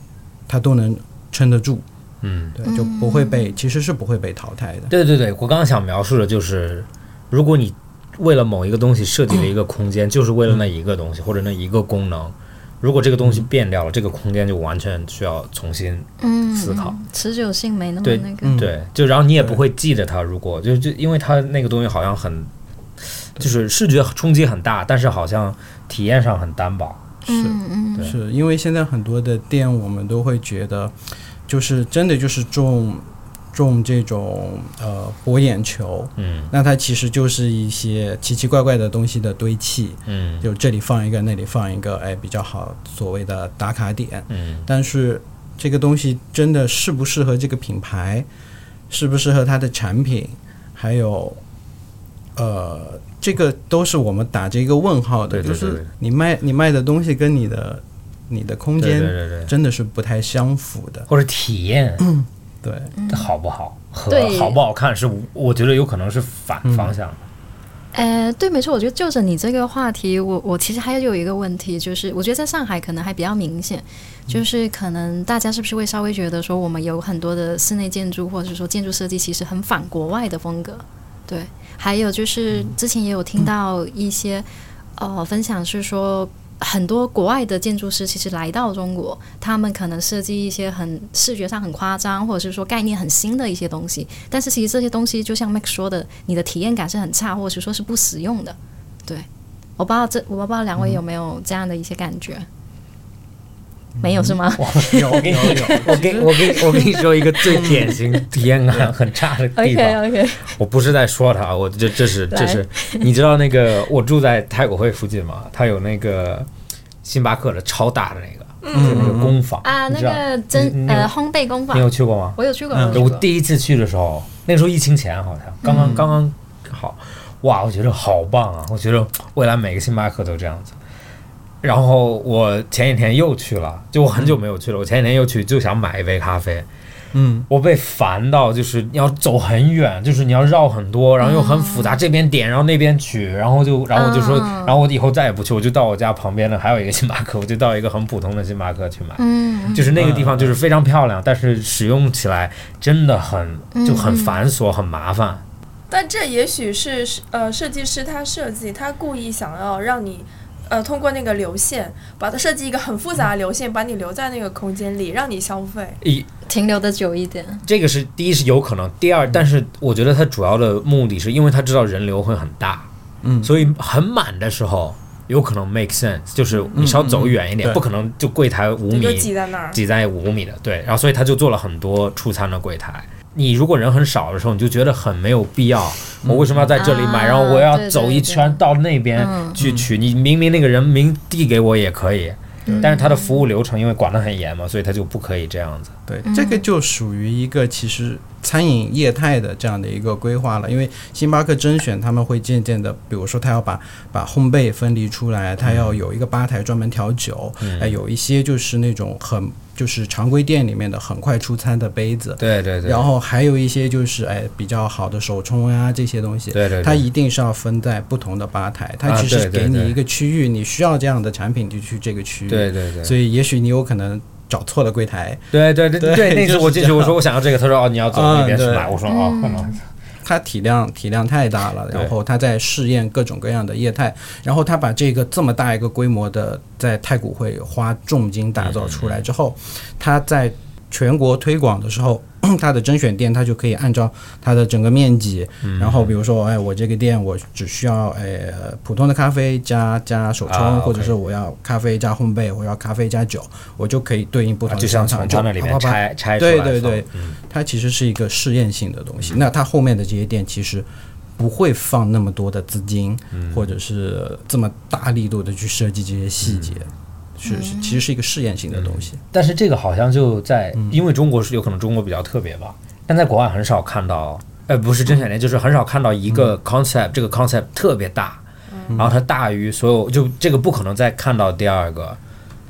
[SPEAKER 5] 它都能撑得住，
[SPEAKER 3] 嗯，
[SPEAKER 5] 对，就不会被其实是不会被淘汰的。
[SPEAKER 3] 对对对，我刚刚想描述的就是，如果你为了某一个东西设计了一个空间，就是为了那一个东西或者那一个功能，如果这个东西变掉了，这个空间就完全需要重新
[SPEAKER 2] 嗯
[SPEAKER 3] 思考
[SPEAKER 2] 嗯持久性没那么
[SPEAKER 3] 对
[SPEAKER 2] 那个，
[SPEAKER 5] 嗯
[SPEAKER 3] 对，就然后你也不
[SPEAKER 5] 对
[SPEAKER 3] 会记着它，如果就就因为它那个东西好像很，就是视觉冲击很大，但是好像体验上很单薄。
[SPEAKER 5] 是
[SPEAKER 2] 嗯嗯
[SPEAKER 3] 对
[SPEAKER 5] 是因为现在很多的店，我们都会觉得，就是真的就是重重这种呃博眼球。
[SPEAKER 3] 嗯
[SPEAKER 5] 那它其实就是一些奇奇怪怪的东西的堆砌，
[SPEAKER 3] 嗯
[SPEAKER 5] 就这里放一个，那里放一个，哎，比较好所谓的打卡点。
[SPEAKER 3] 嗯
[SPEAKER 5] 但是这个东西真的适不适合这个品牌，适不适合它的产品，还有，呃，这个都是我们打着一个问号的，
[SPEAKER 3] 对对对
[SPEAKER 5] 就
[SPEAKER 3] 对
[SPEAKER 5] 是你卖你卖的东西跟你的你的空
[SPEAKER 3] 对对
[SPEAKER 5] 间
[SPEAKER 3] 对对，
[SPEAKER 5] 真的是不太相符的，
[SPEAKER 3] 或者体验
[SPEAKER 5] 对。
[SPEAKER 3] 好不好和
[SPEAKER 2] 对
[SPEAKER 3] 好不好看是，我觉得有可能是反方向的。
[SPEAKER 2] 呃，对，没错，我觉得就着你这个话题，我我其实还有一个问题，就是我觉得在上海可能还比较明显，就是可能大家是不是会稍微觉得说，我们有很多的室内建筑或者是说建筑设计其实很反国外的风格，对，还有就是之前也有听到一些、呃分享是说。很多国外的建筑师其实来到中国，他们可能设计一些很视觉上很夸张，或者是说概念很新的一些东西，但是其实这些东西就像 Max 说的，你的体验感是很差，或者说是不实用的。对，我不知道这，我不知道两位有没有这样的一些感觉？没有是吗？
[SPEAKER 3] 嗯
[SPEAKER 5] 有有有，
[SPEAKER 3] 我给我给我跟你说一个最典型体验感嗯很差的地
[SPEAKER 2] OK
[SPEAKER 3] 方，
[SPEAKER 2] OK，
[SPEAKER 3] 我不是在说他，我这这是这是，你知道那个我住在太古汇附近嘛，它有那个星巴克的超大的那个，就是那个工坊
[SPEAKER 2] 嗯啊，
[SPEAKER 3] 你
[SPEAKER 2] 那
[SPEAKER 3] 知道
[SPEAKER 2] 个
[SPEAKER 3] 你
[SPEAKER 2] 真
[SPEAKER 3] 你有
[SPEAKER 2] 呃烘焙工坊
[SPEAKER 3] 你，有去过吗？
[SPEAKER 2] 我有去过，
[SPEAKER 5] 嗯
[SPEAKER 2] 我有
[SPEAKER 3] 我
[SPEAKER 2] 去过
[SPEAKER 3] 第一次去的时候，那时候疫情前好像刚刚刚刚好，哇，我觉得好棒啊！我觉得未来每个星巴克都这样子。然后我前几天又去了，就我很久没有去了，我前几天又去就想买一杯咖啡，
[SPEAKER 5] 嗯，
[SPEAKER 3] 我被烦到，就是你要走很远，就是你要绕很多，然后又很复杂，这边点，然后那边取，然后就，然后我就说，
[SPEAKER 2] 嗯
[SPEAKER 3] 然后我以后再也不去，我就到我家旁边的还有一个星巴克， 我就到一个很普通的星巴克去买。
[SPEAKER 2] 嗯
[SPEAKER 3] 就是那个地方就是非常漂亮，但是使用起来真的很
[SPEAKER 2] 嗯
[SPEAKER 3] 就很繁琐、很麻烦。
[SPEAKER 4] 但这也许是呃设计师他设计，他故意想要让你。呃，通过那个流线，把它设计一个很复杂的流线，把你留在那个空间里，让你消费。
[SPEAKER 3] 一
[SPEAKER 2] 停留的久一点，
[SPEAKER 3] 这个是第一是有可能，第二，但是我觉得它主要的目的是因为他知道人流会很大，
[SPEAKER 5] 嗯
[SPEAKER 3] 所以很满的时候有可能 make sense，就是你稍走远一点，
[SPEAKER 5] 嗯嗯嗯
[SPEAKER 3] 不可能就柜台五
[SPEAKER 4] 你
[SPEAKER 3] 米
[SPEAKER 4] 就挤在那儿。
[SPEAKER 3] 挤在五米的，对，然后所以他就做了很多出餐的柜台。你如果人很少的时候，你就觉得很没有必要。我为什么要在这里买？
[SPEAKER 2] 啊
[SPEAKER 3] 然后我要
[SPEAKER 2] 对对
[SPEAKER 3] 走一
[SPEAKER 2] 对
[SPEAKER 3] 圈到那边
[SPEAKER 2] 嗯
[SPEAKER 3] 去取。你明明那个人明递给我也可以，但是他的服务流程因为管得很严嘛，所以他就不可以这样子。
[SPEAKER 5] 对，这个就属于一个其实餐饮业态的这样的一个规划了。因为星巴克甄选他们会渐渐的，比如说他要把把烘焙分离出来，他要有一个吧台专门调酒，
[SPEAKER 3] 嗯
[SPEAKER 5] 哎、有一些就是那种很就是常规店里面的很快出餐的杯子，
[SPEAKER 3] 对对对，
[SPEAKER 5] 然后还有一些就是哎比较好的手冲啊这些东西，
[SPEAKER 3] 对对对
[SPEAKER 5] 它一定是要分在不同的吧台，它
[SPEAKER 3] 啊
[SPEAKER 5] 其实
[SPEAKER 3] 对对
[SPEAKER 5] 给
[SPEAKER 3] 对
[SPEAKER 5] 你一个区域，你需要这样的产品就去这个区域，
[SPEAKER 3] 对对对
[SPEAKER 5] 所以也许你有可能找错了柜台。
[SPEAKER 3] 对对对
[SPEAKER 5] 对
[SPEAKER 3] 对，那次
[SPEAKER 5] 就是
[SPEAKER 3] 我进去
[SPEAKER 5] 这样
[SPEAKER 3] 我说我想要这个，他说哦你要走那边去
[SPEAKER 5] 嗯对
[SPEAKER 3] 买，我说哦可能
[SPEAKER 5] 它体量体量太大了，
[SPEAKER 3] 对
[SPEAKER 5] 然后它在试验各种各样的业态，然后它把这个这么大一个规模的在太古汇花重金打造出来之后，它在全国推广的时候， 它的甄选店它就可以按照它的整个面积，
[SPEAKER 3] 嗯
[SPEAKER 5] 然后比如说，哎，我这个店我只需要呃普通的咖啡加加手冲，
[SPEAKER 3] 啊，OK
[SPEAKER 5] 或者是我要咖啡加烘焙，我要咖啡加酒，我就可以对应不
[SPEAKER 3] 啊
[SPEAKER 5] 同
[SPEAKER 3] 就
[SPEAKER 5] 的
[SPEAKER 3] 像
[SPEAKER 5] 商
[SPEAKER 3] 从
[SPEAKER 5] 场，
[SPEAKER 3] 他那里面
[SPEAKER 5] 啪啪啪
[SPEAKER 3] 拆拆出来
[SPEAKER 5] 对
[SPEAKER 3] 放，
[SPEAKER 5] 对对
[SPEAKER 3] 嗯，
[SPEAKER 5] 它其实是一个试验性的东西。那它后面的这些店其实不会放那么多的资金，
[SPEAKER 3] 嗯
[SPEAKER 5] 或者是这么大力度的去设计这些细节，
[SPEAKER 3] 嗯
[SPEAKER 5] 是是其实是一个试验性的东西。
[SPEAKER 3] 但是这个好像就在，因为中国是有可能中国比较特别吧，但在国外很少看到，呃，不是甄选店，就是很少看到一个 concept，、这个 concept 特别大，然后它大于所有，就这个不可能再看到第二个。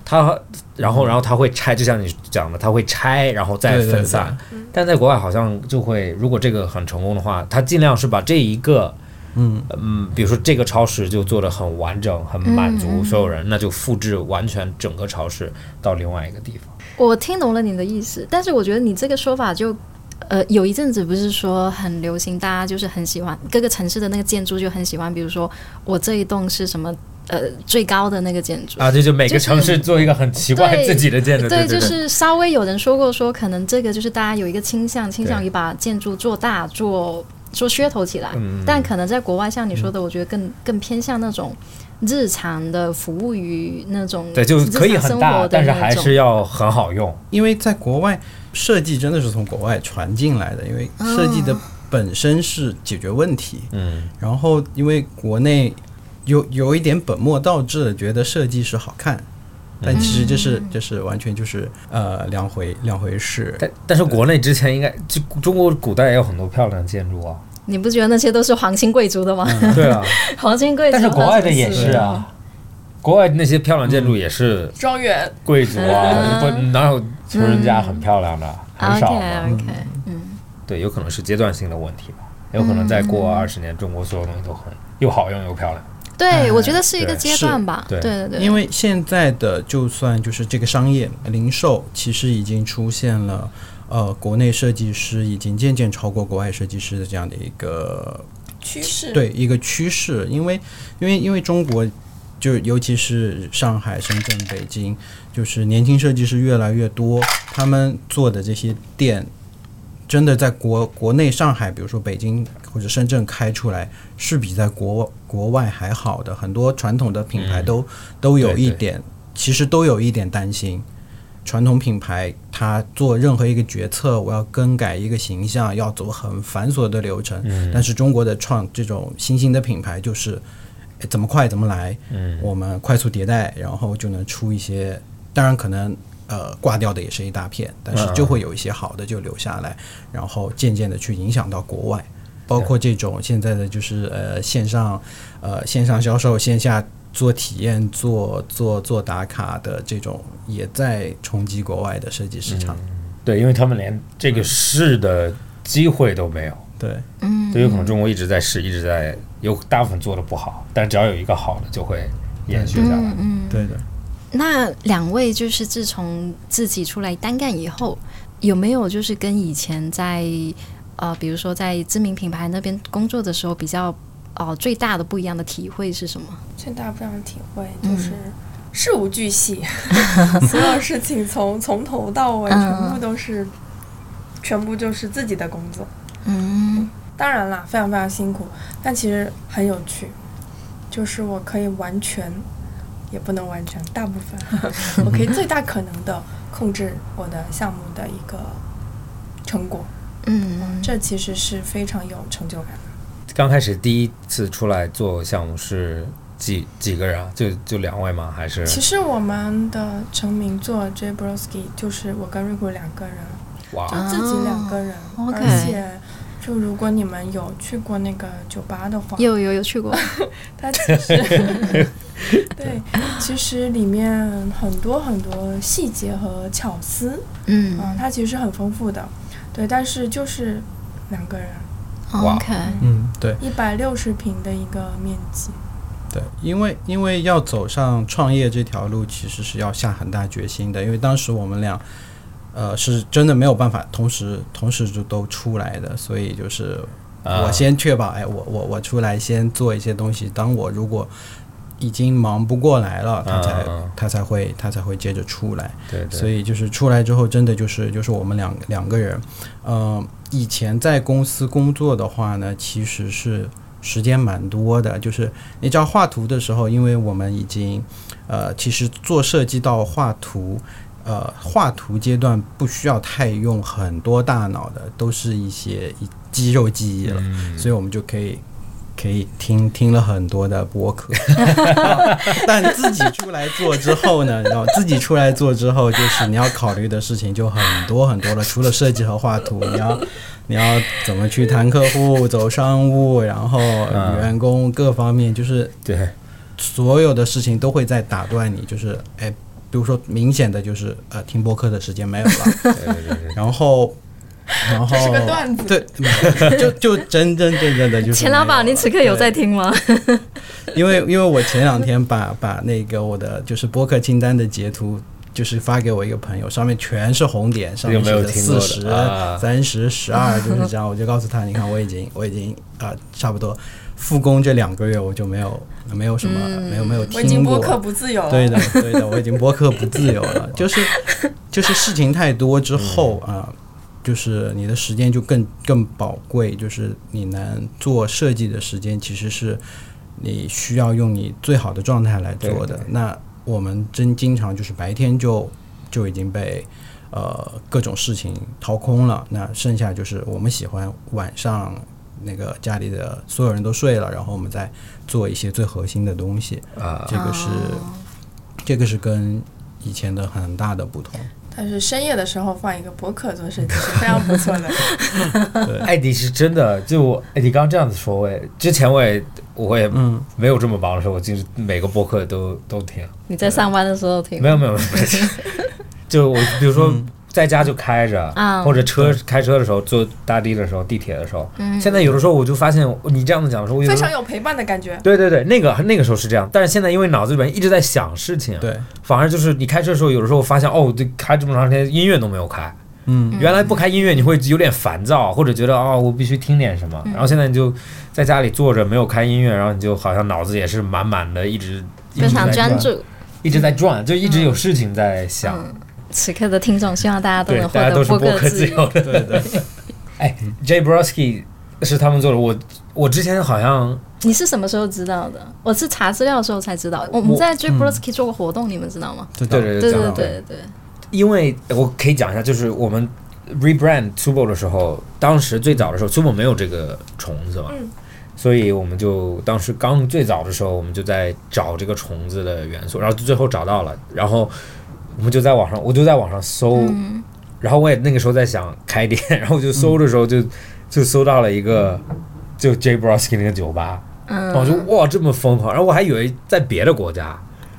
[SPEAKER 3] 它，然后，然后它会拆，就像你讲的，它会拆，然后再
[SPEAKER 5] 对对
[SPEAKER 3] 分散。
[SPEAKER 2] 嗯
[SPEAKER 3] 但在国外好像就会，如果这个很成功的话，它尽量是把这一个，
[SPEAKER 5] 嗯
[SPEAKER 3] 嗯，比如说这个超市就做的很完整，很满足所有人，那就复制完全整个超市到另外一个地方。
[SPEAKER 2] 我听懂了你的意思，但是我觉得你这个说法就，呃，有一阵子不是说很流行，大家就是很喜欢各个城市的那个建筑就很喜欢，比如说我这一栋是什么呃最高的那个建筑。
[SPEAKER 3] 啊，这就每个
[SPEAKER 2] 就是
[SPEAKER 3] 城市做一个很奇怪
[SPEAKER 2] 对
[SPEAKER 3] 自己的建筑，对对，
[SPEAKER 2] 就是稍微有人说过说，可能这个就是大家有一个倾向，倾向
[SPEAKER 3] 对
[SPEAKER 2] 于把建筑做大、做做噱头起来。
[SPEAKER 3] 嗯
[SPEAKER 2] 但可能在国外，像你说的，我觉得更更偏向那种日常的服务于那种
[SPEAKER 3] 对，就
[SPEAKER 2] 日
[SPEAKER 3] 可以
[SPEAKER 2] 常
[SPEAKER 3] 很
[SPEAKER 2] 生
[SPEAKER 3] 大，
[SPEAKER 2] 活的
[SPEAKER 3] 但是
[SPEAKER 2] 那
[SPEAKER 3] 还
[SPEAKER 2] 种
[SPEAKER 3] 是要很好用。
[SPEAKER 5] 因为在国外设计真的是从国外传进来的，因为设计的本身是解决问题，
[SPEAKER 3] 嗯，
[SPEAKER 5] 然后因为国内有有一点本末倒置的，觉得设计是好看，但其实这是这是完全就是呃两回两回事。
[SPEAKER 3] 但但是国内之前应该，就中国古代也有很多漂亮的建筑啊，
[SPEAKER 2] 你不觉得那些都是皇亲贵族的吗？
[SPEAKER 3] 对 啊，
[SPEAKER 2] 皇亲贵族，
[SPEAKER 3] 但是国外的也是
[SPEAKER 2] 那种
[SPEAKER 3] 啊，国外那些漂亮建筑也是
[SPEAKER 4] 庄园
[SPEAKER 3] 贵族啊，
[SPEAKER 2] 嗯
[SPEAKER 3] 不哪有穷人家很漂亮的，
[SPEAKER 2] 事。
[SPEAKER 3] 很
[SPEAKER 2] OK
[SPEAKER 3] 少啊嗯嘛。
[SPEAKER 2] OK，
[SPEAKER 3] 对，有可能是阶段性的问题吧，有可能再过
[SPEAKER 2] 嗯
[SPEAKER 3] 二十年，中国所有东西都很又好用又漂亮。
[SPEAKER 2] 对，我觉得是一个
[SPEAKER 3] 嗯对
[SPEAKER 2] 阶段吧。
[SPEAKER 3] 对
[SPEAKER 2] 对对对，
[SPEAKER 5] 因为现在的就算就是这个商业零售，其实已经出现了，呃，国内设计师已经渐渐超过国外设计师的这样的一个
[SPEAKER 4] 趋势，
[SPEAKER 5] 对一个趋势，因为因为因为中国就尤其是上海、深圳、北京，就是年轻设计师越来越多，他们做的这些店，真的在国国内上海，比如说北京或者深圳开出来，是比在国国外还好的。很多传统的品牌都、都有
[SPEAKER 3] 对
[SPEAKER 5] 一
[SPEAKER 3] 对
[SPEAKER 5] 点，其实都有一点担心。传统品牌它做任何一个决策，我要更改一个形象，要走很繁琐的流程。
[SPEAKER 3] 嗯
[SPEAKER 5] 但是中国的创这种新兴的品牌就是，诶怎么快怎么来，
[SPEAKER 3] 嗯
[SPEAKER 5] 我们快速迭代，然后就能出一些，当然可能。呃，挂掉的也是一大片，但是就会有一些好的就留下来，然后渐渐的去影响到国外，包括这种现在的就是呃线上呃线上销售、线下做体验、做做做打卡的这种，也在冲击国外的设计市场。
[SPEAKER 3] 对，因为他们连这个试的机会都没有。
[SPEAKER 5] 对，
[SPEAKER 3] 就有可
[SPEAKER 4] 嗯
[SPEAKER 3] 能中国一直在试，一直在有大部分做的不好，但只要有一个好的就会延续下来。
[SPEAKER 4] 嗯
[SPEAKER 2] 嗯
[SPEAKER 5] 对的。
[SPEAKER 2] 那两位就是自从自己出来单干以后，有没有就是跟以前在呃，比如说在知名品牌那边工作的时候比较呃最大的不一样的体会是什么？
[SPEAKER 4] 最大不一样的体会就是事无巨细，所有事情从从头到尾
[SPEAKER 2] 嗯
[SPEAKER 4] 全部都是，全部就是自己的工作。
[SPEAKER 2] 嗯
[SPEAKER 4] 当然啦，非常非常辛苦，但其实很有趣，就是我可以完全，也不能完全，大部分 我可以最大可能的控制我的项目的一个成果，
[SPEAKER 2] 嗯，
[SPEAKER 4] 这其实是非常有成就感的。
[SPEAKER 3] 刚开始第一次出来做项目是几几个人啊？就就两位吗？还是
[SPEAKER 4] 其实我们的成名作 J. Broski 就是我跟瑞 i 两个人，
[SPEAKER 3] 哇
[SPEAKER 4] 就自己两个人，
[SPEAKER 2] 哦，OK
[SPEAKER 4] 而且。就如果你们有去过那个酒吧的话，
[SPEAKER 2] 有有有去过，
[SPEAKER 4] 它其实 对，其实里面很多很多细节和巧思，
[SPEAKER 2] 嗯
[SPEAKER 4] 嗯，它其实很丰富的，对，但是就是两个人，
[SPEAKER 3] 哇
[SPEAKER 2] ，OK，
[SPEAKER 5] 嗯，对
[SPEAKER 4] 一百六十平的一个面积，
[SPEAKER 5] 对，因为因为要走上创业这条路，其实是要下很大决心的。因为当时我们俩，呃，是真的没有办法同时同时就都出来的，所以就是
[SPEAKER 3] 啊
[SPEAKER 5] 我先确保，哎，我我我出来先做一些东西。当我如果已经忙不过来了，他才、
[SPEAKER 3] 嗯嗯
[SPEAKER 5] 他才会他才会接着出来。
[SPEAKER 3] 对对
[SPEAKER 5] 所以就是出来之后，真的就是就是我们两两个人，呃，以前在公司工作的话呢，其实是时间蛮多的。就是你知道画图的时候，因为我们已经，呃，其实做设计到画图，呃，画图阶段不需要太用很多大脑的，都是一些一肌肉记忆了，所以我们就可以。可以听听了很多的播客，但自己出来做之后呢，然后自己出来做之后，就是你要考虑的事情就很多很多了。除了设计和画图，你要你要怎么去谈客户、走商务，然后
[SPEAKER 3] 嗯
[SPEAKER 5] 员工各方面，就是
[SPEAKER 3] 对，
[SPEAKER 5] 所有的事情都会在打断你。就是哎，比如说明显的就是呃，听播客的时间没有了，
[SPEAKER 3] 对对对对
[SPEAKER 5] 然后然后
[SPEAKER 4] 这是个段子。
[SPEAKER 5] 对， 就就真真正正的就是
[SPEAKER 2] 钱老
[SPEAKER 5] 没有
[SPEAKER 2] 板，
[SPEAKER 5] 了
[SPEAKER 2] 你此刻有
[SPEAKER 5] 对
[SPEAKER 2] 在听吗？
[SPEAKER 5] 因为因为我前两天把把那个我的就是播客清单的截图。就是发给我一个朋友，上面全是红点，上面写
[SPEAKER 3] 有没
[SPEAKER 5] 的
[SPEAKER 3] 有听过
[SPEAKER 5] 四
[SPEAKER 3] 的
[SPEAKER 5] 十
[SPEAKER 3] 啊、
[SPEAKER 5] 三十、十 二，就是这样。我就告诉他，你看我已经我已经啊、差不多复工这两个月，我就没有没有什么、没有没有
[SPEAKER 4] 嗯我已经
[SPEAKER 5] 听过。
[SPEAKER 4] 播客不自由了。
[SPEAKER 5] 对的，对的，我已经播客不自由了，就是就是事情太多之后啊、就是你的时间就更更宝贵，就是你能做设计的时间其实是你需要用你最好的状态来做的。那我们真经常就是白天就就已经被。呃，各种事情掏空了，那剩下就是我们喜欢晚上那个家里的所有人都睡了，然后我们再做一些最核心的东西。
[SPEAKER 3] 啊，
[SPEAKER 5] 这个是、这个是跟以前的很大的不同。
[SPEAKER 4] 但是深夜的时候放一个播客做设计 是非常不错的。
[SPEAKER 3] 艾迪是真的，就我哎，你刚刚这样子说，我也之前我也我也
[SPEAKER 5] 嗯，
[SPEAKER 3] 没有这么忙的时候，我就是每个播客都都听，
[SPEAKER 2] 你在上班的时候听
[SPEAKER 3] 没有 没有，没有就我比如说
[SPEAKER 5] 嗯
[SPEAKER 3] 在家就开着，
[SPEAKER 2] 啊
[SPEAKER 3] 或者车开车的时候，坐大地的时候，地铁的时候，
[SPEAKER 2] 嗯
[SPEAKER 3] 现在有的时候我就发现你这样子讲的时候，我有
[SPEAKER 4] 非
[SPEAKER 3] 的时候
[SPEAKER 4] 常有陪伴的感觉。
[SPEAKER 3] 对对对，那个那个时候是这样，但是现在因为脑子里面一直在想事情，
[SPEAKER 5] 对，
[SPEAKER 3] 反而就是你开车的时候，有的时候发现哦，这开这么长时间音乐都没有开，
[SPEAKER 5] 嗯，
[SPEAKER 3] 原来不开音乐你会有点烦躁，或者觉得哦我必须听点什
[SPEAKER 2] 嗯
[SPEAKER 3] 么，然后现在你就在家里坐着没有开音乐，然后你就好像脑子也是满满的，一直一
[SPEAKER 2] 非
[SPEAKER 3] 直
[SPEAKER 2] 常
[SPEAKER 3] 在
[SPEAKER 2] 专
[SPEAKER 3] 转，
[SPEAKER 2] 注。
[SPEAKER 3] 一直在转，就一直有事情在想，
[SPEAKER 2] 嗯，此刻的听众希望大家都
[SPEAKER 3] 对
[SPEAKER 2] 能，获
[SPEAKER 3] 大家都
[SPEAKER 2] 得
[SPEAKER 3] 是播客
[SPEAKER 2] 自
[SPEAKER 3] 自
[SPEAKER 2] 由。
[SPEAKER 3] 由的。
[SPEAKER 5] 对 对，
[SPEAKER 3] J. Brosky 是他们做的，我我之前好像
[SPEAKER 2] 你是什么时候知道的？我是查资料的时候才知道。我们在 j b r o s k y 做过活动，你们知道吗？
[SPEAKER 5] 对
[SPEAKER 3] 对
[SPEAKER 5] 对
[SPEAKER 3] 对
[SPEAKER 2] 对
[SPEAKER 3] 讲
[SPEAKER 2] 对
[SPEAKER 3] 到
[SPEAKER 2] 对对，
[SPEAKER 3] 因为我可以讲一下，就是我们 rebrand Tubo 的时候，当时最早的时候 Tubo 没有这个虫子嘛，
[SPEAKER 4] 嗯
[SPEAKER 3] 所以我们就当时刚最早的时候，我们就在找这个虫子的元素，然后最后找到了，然后我们就在网上，我就在网上搜，
[SPEAKER 2] 嗯
[SPEAKER 3] 然后我也那个时候在想开店，然后我就搜的时候就、
[SPEAKER 2] 嗯
[SPEAKER 3] 就搜到了一个就 J Brosky 那个酒吧，
[SPEAKER 2] 嗯
[SPEAKER 3] 然后我就哇这么疯狂，然后我还以为在别的国家。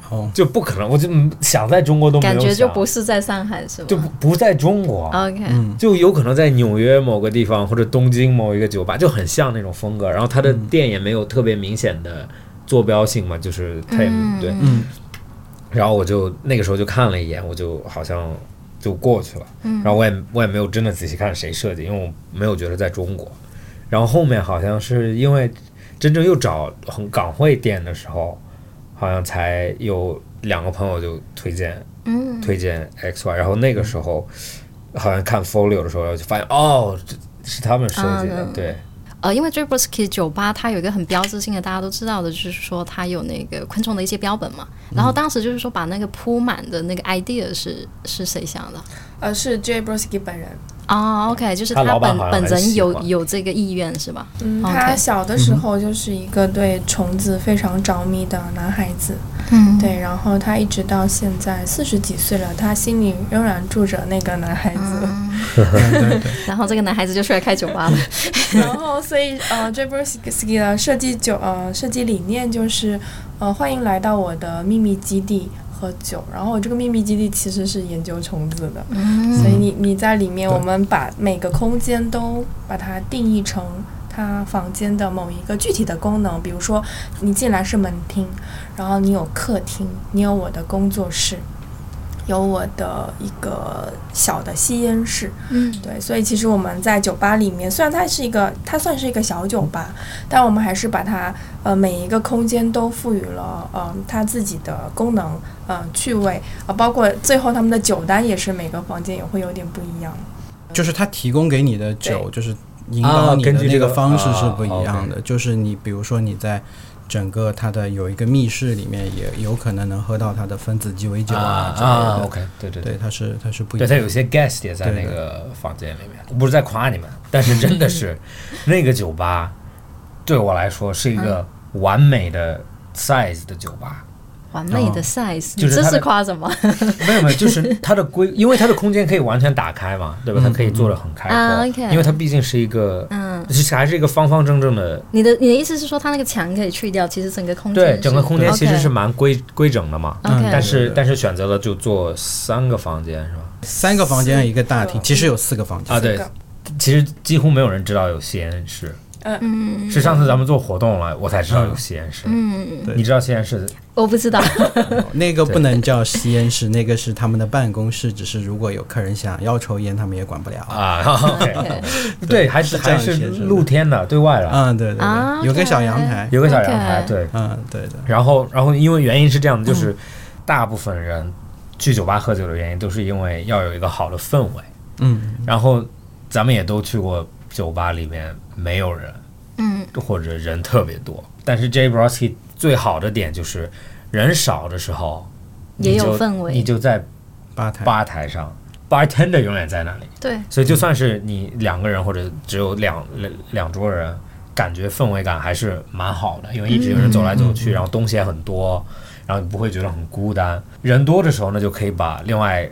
[SPEAKER 5] 哦，
[SPEAKER 3] 就不可能，我就嗯想在中国都没有
[SPEAKER 2] 感觉就
[SPEAKER 3] 想
[SPEAKER 2] 不是在上海是吗？
[SPEAKER 3] 就不不在中国，啊
[SPEAKER 2] OK，
[SPEAKER 5] 嗯
[SPEAKER 3] 就有可能在纽约某个地方或者东京某一个酒吧，就很像那种风格。然后它的
[SPEAKER 2] 嗯
[SPEAKER 3] 店也没有特别明显的坐标性嘛，就是它也
[SPEAKER 2] 嗯
[SPEAKER 3] 对。
[SPEAKER 5] 嗯
[SPEAKER 3] 然后我就那个时候就看了一眼，我就好像就过去了。
[SPEAKER 2] 嗯
[SPEAKER 3] 然后我也我也没有真的仔细看谁设计，因为我没有觉得在中国。然后后面好像是因为真正又找很港汇店的时候，好像才有两个朋友就推荐
[SPEAKER 2] 嗯，
[SPEAKER 3] 推荐 X Y，然后那个时候好像看 Folio 的时候，就发现哦，这是他们设计的，
[SPEAKER 2] 嗯
[SPEAKER 3] 对
[SPEAKER 2] 呃，因为 j b r o s k y 酒吧它有一个很标志性的，大家都知道的，就是说它有那个昆虫的一些标本嘛。
[SPEAKER 3] 嗯
[SPEAKER 2] 然后当时就是说把那个铺满的那个 idea 是是谁想的？
[SPEAKER 4] 呃，是 J. Brosky 本人。
[SPEAKER 2] 哦，OK，就是
[SPEAKER 3] 嗯他老板
[SPEAKER 2] 本
[SPEAKER 3] 好像
[SPEAKER 2] 本
[SPEAKER 3] 很
[SPEAKER 2] 人
[SPEAKER 3] 喜
[SPEAKER 2] 有
[SPEAKER 3] 欢
[SPEAKER 2] 有这个意愿是吧？
[SPEAKER 4] 嗯，
[SPEAKER 2] OK
[SPEAKER 4] 他小的时候就是一个对虫子非常着迷的男孩子。
[SPEAKER 2] 嗯，
[SPEAKER 4] 对，然后他一直到现在四十几岁了，他心里仍然住着那个男孩子。
[SPEAKER 5] 对对，
[SPEAKER 2] 然后这个男孩子就出来开酒吧了。
[SPEAKER 4] 然后，所以呃 j a b r o s k i 的设计酒呃设计理念就是呃欢迎来到我的秘密基地喝酒。然后我这个秘密基地其实是研究虫子的，所以你你在里面，
[SPEAKER 5] 对
[SPEAKER 4] 我们把每个空间都把它定义成。它房间的某一个具体的功能，比如说你进来是门厅，然后你有客厅，你有我的工作室，有我的一个小的吸烟室，
[SPEAKER 2] 嗯
[SPEAKER 4] 对，所以其实我们在酒吧里面，虽然它是一个，它算是一个小酒吧，但我们还是把它呃每一个空间都赋予了呃它自己的功能，呃趣味，呃包括最后他们的酒单也是每个房间也会有点不一样。
[SPEAKER 5] 就是他提供给你的酒，就是引
[SPEAKER 3] 啊
[SPEAKER 5] 导你的
[SPEAKER 3] 根据
[SPEAKER 5] 那
[SPEAKER 3] 这个
[SPEAKER 5] 个方式是不一
[SPEAKER 3] 啊
[SPEAKER 5] 样的。就是你比如说你在整个它的有一个密室里面，也有可能能喝到它的分子鸡尾酒
[SPEAKER 3] 啊
[SPEAKER 5] 啊之类
[SPEAKER 3] 啊
[SPEAKER 5] 的。
[SPEAKER 3] ，OK，对对
[SPEAKER 5] 对，它是它是不一
[SPEAKER 3] 对
[SPEAKER 5] 样
[SPEAKER 3] 他
[SPEAKER 5] 的。
[SPEAKER 3] 有些 guest 也在那
[SPEAKER 5] 对的
[SPEAKER 3] 个房间里面，我不是在夸你们，但是真的是 那个酒吧对我来说是一
[SPEAKER 2] 嗯
[SPEAKER 3] 个完美的 size 的酒吧，
[SPEAKER 2] 完美的 size，、
[SPEAKER 3] 嗯就是
[SPEAKER 2] 这
[SPEAKER 3] 它的
[SPEAKER 2] 是夸 什么
[SPEAKER 3] 没有没有，就是它的规，因为它的空间可以完全打开嘛，对吧？它可以做的很开
[SPEAKER 2] 啊
[SPEAKER 3] 阔，
[SPEAKER 2] ，OK
[SPEAKER 3] 因为它毕竟是一个，
[SPEAKER 2] 嗯，
[SPEAKER 3] 是还是一个方方正正的，
[SPEAKER 2] 你的你的意思是说，它那个墙可以去掉，其实整个空间
[SPEAKER 3] 对，
[SPEAKER 2] 嗯是
[SPEAKER 3] 整个空间其实是
[SPEAKER 2] OK
[SPEAKER 3] 蛮规规整的嘛。
[SPEAKER 2] OK，
[SPEAKER 3] 嗯但是
[SPEAKER 5] 对
[SPEAKER 3] 但是选择了就做三个房间是吧？
[SPEAKER 5] 三个房间一个大
[SPEAKER 4] 四
[SPEAKER 5] 厅，
[SPEAKER 4] 个
[SPEAKER 5] 其实有四个房间
[SPEAKER 3] 啊，对
[SPEAKER 4] 四个，
[SPEAKER 3] 其实几乎没有人知道有吸烟室，
[SPEAKER 2] 嗯
[SPEAKER 3] 是上次咱们做活动了，我才知道有吸烟室。
[SPEAKER 2] 嗯，
[SPEAKER 5] 对
[SPEAKER 3] 你知道吸烟室
[SPEAKER 2] 我不知道，
[SPEAKER 5] 那个不能叫吸烟室，那个是他们的办公室，只是如果有客人想要抽烟，他们也管不了。
[SPEAKER 3] 啊
[SPEAKER 2] OK
[SPEAKER 3] 对，还是
[SPEAKER 5] 是这样
[SPEAKER 3] 还是
[SPEAKER 5] 写是吧
[SPEAKER 3] 露天的，对外的，
[SPEAKER 5] 嗯，对对
[SPEAKER 2] 啊
[SPEAKER 5] 对，有个小阳台。
[SPEAKER 3] 有个小阳台，
[SPEAKER 2] OK
[SPEAKER 3] 对。
[SPEAKER 5] 嗯，对的。
[SPEAKER 3] 然后，然后因为原因是这样的，
[SPEAKER 2] 嗯
[SPEAKER 3] 就是大部分人去酒吧喝酒的原因，都是因为要有一个好的氛围。
[SPEAKER 5] 嗯，
[SPEAKER 3] 然后咱们也都去过酒吧，里面没有人
[SPEAKER 2] 嗯
[SPEAKER 3] 或者人特别多。但是 J. Brosky 最好的点就是人少的时候，你
[SPEAKER 2] 也
[SPEAKER 3] 就
[SPEAKER 2] 有氛围
[SPEAKER 3] 你就在
[SPEAKER 5] 吧台。
[SPEAKER 3] 吧台上，bartender 永远在那里。
[SPEAKER 2] 对，
[SPEAKER 3] 所以就算是你两个人或者只有两两两桌人，感觉氛围感还是蛮好的，因为一直有人走来走
[SPEAKER 5] 嗯
[SPEAKER 3] 去，然后东西也很多，然后你不会觉得很孤单。人多的时候呢，就可以把另外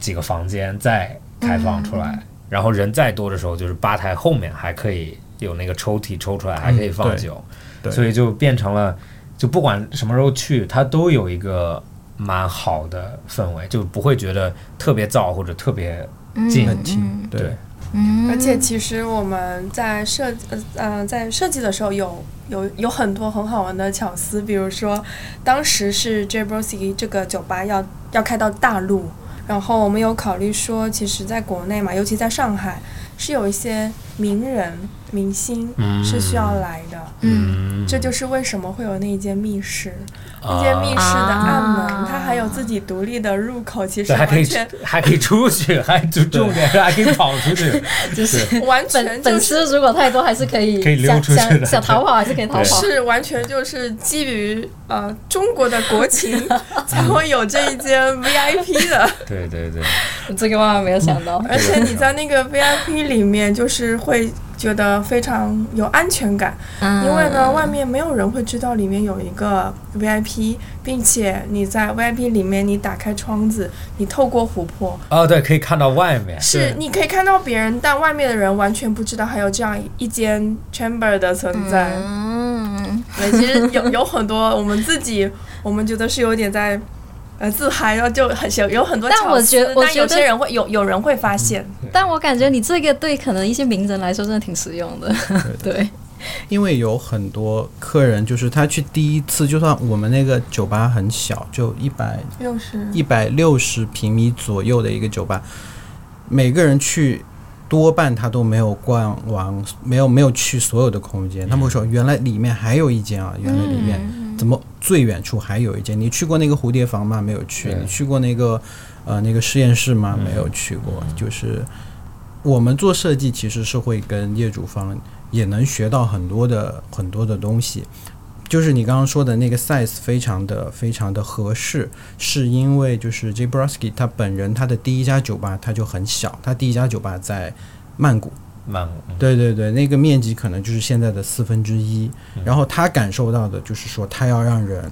[SPEAKER 3] 几个房间再开放出
[SPEAKER 5] 嗯
[SPEAKER 3] 来，然后人再多的时候，就是吧台后面还可以有那个抽屉抽出来，还可以放
[SPEAKER 5] 对
[SPEAKER 3] 酒，
[SPEAKER 5] 对
[SPEAKER 3] 所以就变成了，就不管什么时候去，它都有一个。蛮好的氛围，就不会觉得特别燥或者特别近
[SPEAKER 5] 很近，对
[SPEAKER 3] 对
[SPEAKER 2] 嗯，
[SPEAKER 4] 而且其实我们在设呃呃在设计的时候有有有很多很好玩的巧思，比如说当时是 J Brosky 这个酒吧要要开到大陆，然后我们有考虑说，其实在国内嘛，尤其在上海是有一些名人明星
[SPEAKER 3] 嗯
[SPEAKER 4] 是需要来的，
[SPEAKER 2] 嗯
[SPEAKER 4] 这就是为什么会有那一间密室，那间密室的暗门，
[SPEAKER 2] 啊
[SPEAKER 4] 它还有自己独立的入口，其实
[SPEAKER 3] 对，还可
[SPEAKER 4] 完
[SPEAKER 3] 以
[SPEAKER 4] 全
[SPEAKER 3] 还可以出去， 还就重点是还可以跑出去，
[SPEAKER 2] 就是
[SPEAKER 4] 完
[SPEAKER 2] 粉
[SPEAKER 4] 全
[SPEAKER 2] 粉
[SPEAKER 4] 就是
[SPEAKER 2] 丝如果太多，还是可以
[SPEAKER 3] 可以溜
[SPEAKER 2] 想
[SPEAKER 3] 出去的
[SPEAKER 2] 想想逃跑还是可以逃跑，
[SPEAKER 4] 是完全就是基于呃中国的国情才会有这一间 VIP 的，
[SPEAKER 3] 对对对，
[SPEAKER 2] 这个万万没有想 到，
[SPEAKER 4] 而且你在那个 VIP 里面就是会觉得非常有安全感，
[SPEAKER 2] 嗯
[SPEAKER 4] 因为呢外面没有人会知道里面有一个 VIP，并且你在 VIP 里面你打开窗子，你透过琥珀。
[SPEAKER 3] 哦对，可以看到外面，
[SPEAKER 4] 是，你可以看到别人，但外面的人完全不知道还有这样一间 chamber 的存在。
[SPEAKER 2] 嗯，
[SPEAKER 4] 对，其实有有很多我们自己，我们觉得是有点在。呃，自嗨，然后就很有有很多巧
[SPEAKER 2] 但
[SPEAKER 4] 思，
[SPEAKER 2] 我觉我
[SPEAKER 4] 但有
[SPEAKER 2] 觉
[SPEAKER 4] 些
[SPEAKER 2] 得
[SPEAKER 4] 人会有有人会发现，
[SPEAKER 2] 但我感觉你这个对可能一些名人来说真的挺实用的，对，
[SPEAKER 5] 因为有很多客人，就是他去第一次，就算我们那个酒吧很小，就一百
[SPEAKER 4] 又是
[SPEAKER 5] 一百六十平米左右的一个酒吧，每个人去多半他都没有逛完，没有没有去所有的空间。他们会
[SPEAKER 3] 嗯
[SPEAKER 5] 说，原来里面还有一间啊，原来里面、怎么最远处还有一间？你去过那个蝴蝶房吗？没有去。
[SPEAKER 3] 对
[SPEAKER 5] 你去过那个呃那个实验室吗？没有去过。就是我们做设计其实是会跟业主方也能学到很多的很多的东西。就是你刚刚说的那个 size 非常的非常的合适，是因为就是 J. Brosky 他本人他的第一家酒吧他就很小，他第一家酒吧在曼谷，
[SPEAKER 3] 蛮
[SPEAKER 5] 对对对，那个面积可能就是现在的四分之一。然后他感受到的就是说，他要让人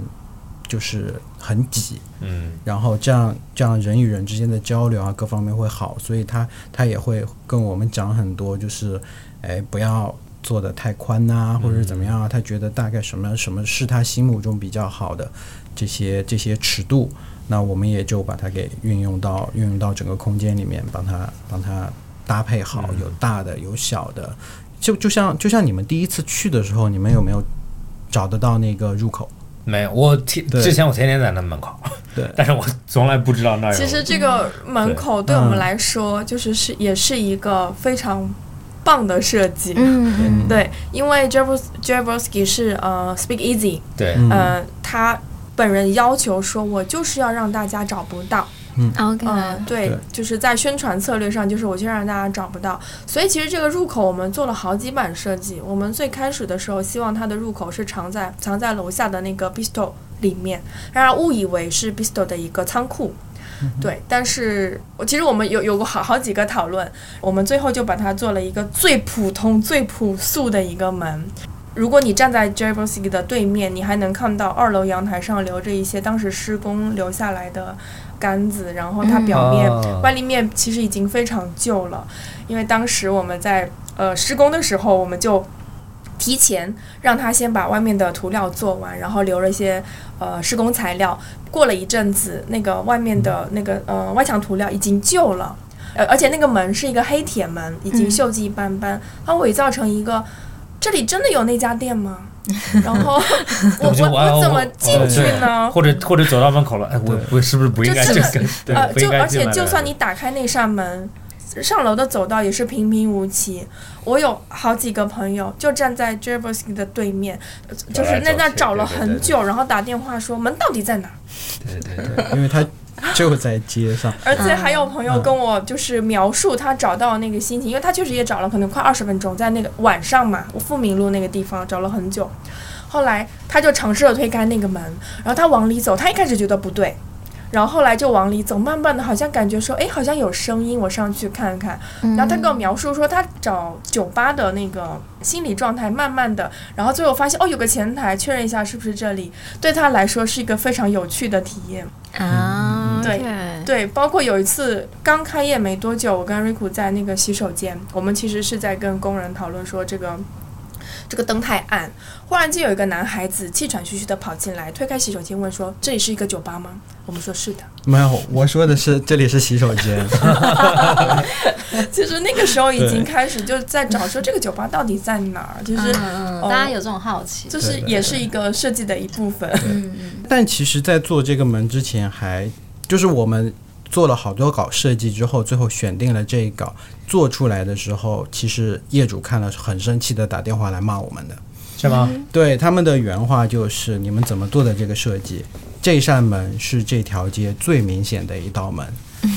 [SPEAKER 5] 就是很挤，
[SPEAKER 3] 嗯
[SPEAKER 5] 然后这样这样人与人之间的交流啊，各方面会好，所以他他也会跟我们讲很多，就是哎不要做的太宽呐、或者是怎么样啊，他觉得大概什么什么是他心目中比较好的这些这些尺度，那我们也就把它给运用到运用到整个空间里面，帮他帮他搭配好，有大的有小的，就就像就像你们第一次去的时候，你们有没有找得到那个入口？
[SPEAKER 3] 没有，我天
[SPEAKER 5] 对
[SPEAKER 3] 之前我天天在那门口，
[SPEAKER 5] 对
[SPEAKER 3] 但是我从来不知道那有。
[SPEAKER 4] 其实这个门口对我们来说，就是是也是一个非常棒的设计。
[SPEAKER 2] 嗯嗯
[SPEAKER 4] 对，因为 Jabros Jabrowski 是呃 Speak Easy，
[SPEAKER 3] 对，
[SPEAKER 5] 嗯
[SPEAKER 4] 呃，他本人要求说，我就是要让大家找不到。
[SPEAKER 2] ，OK，
[SPEAKER 4] 嗯，对
[SPEAKER 5] 对，
[SPEAKER 4] 就是在宣传策略上，就是我就让大家找不到。所以其实这个入口我们做了好几版设计。我们最开始的时候，希望它的入口是藏在藏在楼下的那个 Bistro 里面，让人误以为是 Bistro 的一个仓库。对，但是我其实我们有有过好好几个讨论，我们最后就把它做了一个最普通、最朴素的一个门。如果你站在 j a b r o s k i 的对面，你还能看到二楼阳台上留着一些当时施工留下来的杆子，然后它
[SPEAKER 2] 嗯
[SPEAKER 4] 表面、
[SPEAKER 3] 啊
[SPEAKER 4] 外立面其实已经非常旧了，因为当时我们在呃施工的时候，我们就提前让他先把外面的涂料做完，然后留了一些呃施工材料。过了一阵子，那个外面的那个呃外墙涂料已经旧了，呃，而且那个门是一个黑铁门，已经
[SPEAKER 2] 嗯
[SPEAKER 4] 锈迹斑斑，它伪造成一个。这里真的有那家店吗？然后我
[SPEAKER 3] 我就
[SPEAKER 4] 我
[SPEAKER 3] 我哦
[SPEAKER 4] 我怎么进去呢？
[SPEAKER 3] 或者或者走到门口了，哎，我
[SPEAKER 5] 对
[SPEAKER 3] 我是不是不应该
[SPEAKER 4] 就
[SPEAKER 3] 这
[SPEAKER 4] 这
[SPEAKER 3] 个
[SPEAKER 4] 个？
[SPEAKER 3] 对
[SPEAKER 4] 呃，
[SPEAKER 3] 不应
[SPEAKER 4] 就
[SPEAKER 3] 该
[SPEAKER 4] 而
[SPEAKER 3] 进
[SPEAKER 4] 且
[SPEAKER 3] 来
[SPEAKER 4] 就
[SPEAKER 3] 的
[SPEAKER 4] 算你打开那扇门，上楼的走道也是平平无奇。我有好几个朋友就站在 j a b r o s k i 的对面，呃就是那那找了很久，然后打电话说门到底在哪？
[SPEAKER 3] 对对对，
[SPEAKER 5] 对，因为它就在街上，
[SPEAKER 4] 而且还有朋友跟我就是描述他找到那个心情，因为他确实也找了可能快二十分钟，在那个晚上嘛，富民路那个地方找了很久。后来他就尝试着推开那个门，然后他往里走，他一开始觉得不对，然后后来就往里走，慢慢的好像感觉说，哎，好像有声音，我上去看看。然后他跟我描述说，他找酒吧的那个心理状态，慢慢的，然后最后发现哦，有个前台，确认一下是不是这里，对他来说是一个非常有趣的体验。
[SPEAKER 3] 嗯
[SPEAKER 2] 啊，
[SPEAKER 4] 对
[SPEAKER 2] OK
[SPEAKER 4] 对，包括有一次刚开业没多久，我跟瑞 i 在那个洗手间，我们其实是在跟工人讨论说这个这个灯太暗。忽然间有一个男孩子气喘吁吁的跑进来，推开洗手间问说：“这里是一个酒吧吗？”我们说是的。
[SPEAKER 5] 没有，我说的是这里是洗手间，
[SPEAKER 4] 其实那个时候已
[SPEAKER 5] 对
[SPEAKER 4] 经开始就在找说这个酒吧到底在哪儿，就是、
[SPEAKER 2] 嗯，嗯大家有这种好奇，
[SPEAKER 4] 就
[SPEAKER 5] 对
[SPEAKER 4] 是
[SPEAKER 5] 对
[SPEAKER 4] 也
[SPEAKER 5] 对
[SPEAKER 4] 是一个设计的一部分。
[SPEAKER 2] 嗯嗯
[SPEAKER 5] 但其实，在做这个门之前还，就是我们做了好多稿设计之后，最后选定了这一稿，做出来的时候，其实业主看了是很生气的，打电话来骂我们的。
[SPEAKER 3] 是吗？
[SPEAKER 4] 嗯
[SPEAKER 5] 对，他们的原话就是：“你们怎么做的这个设计？这扇门是这条街最明显的一道门，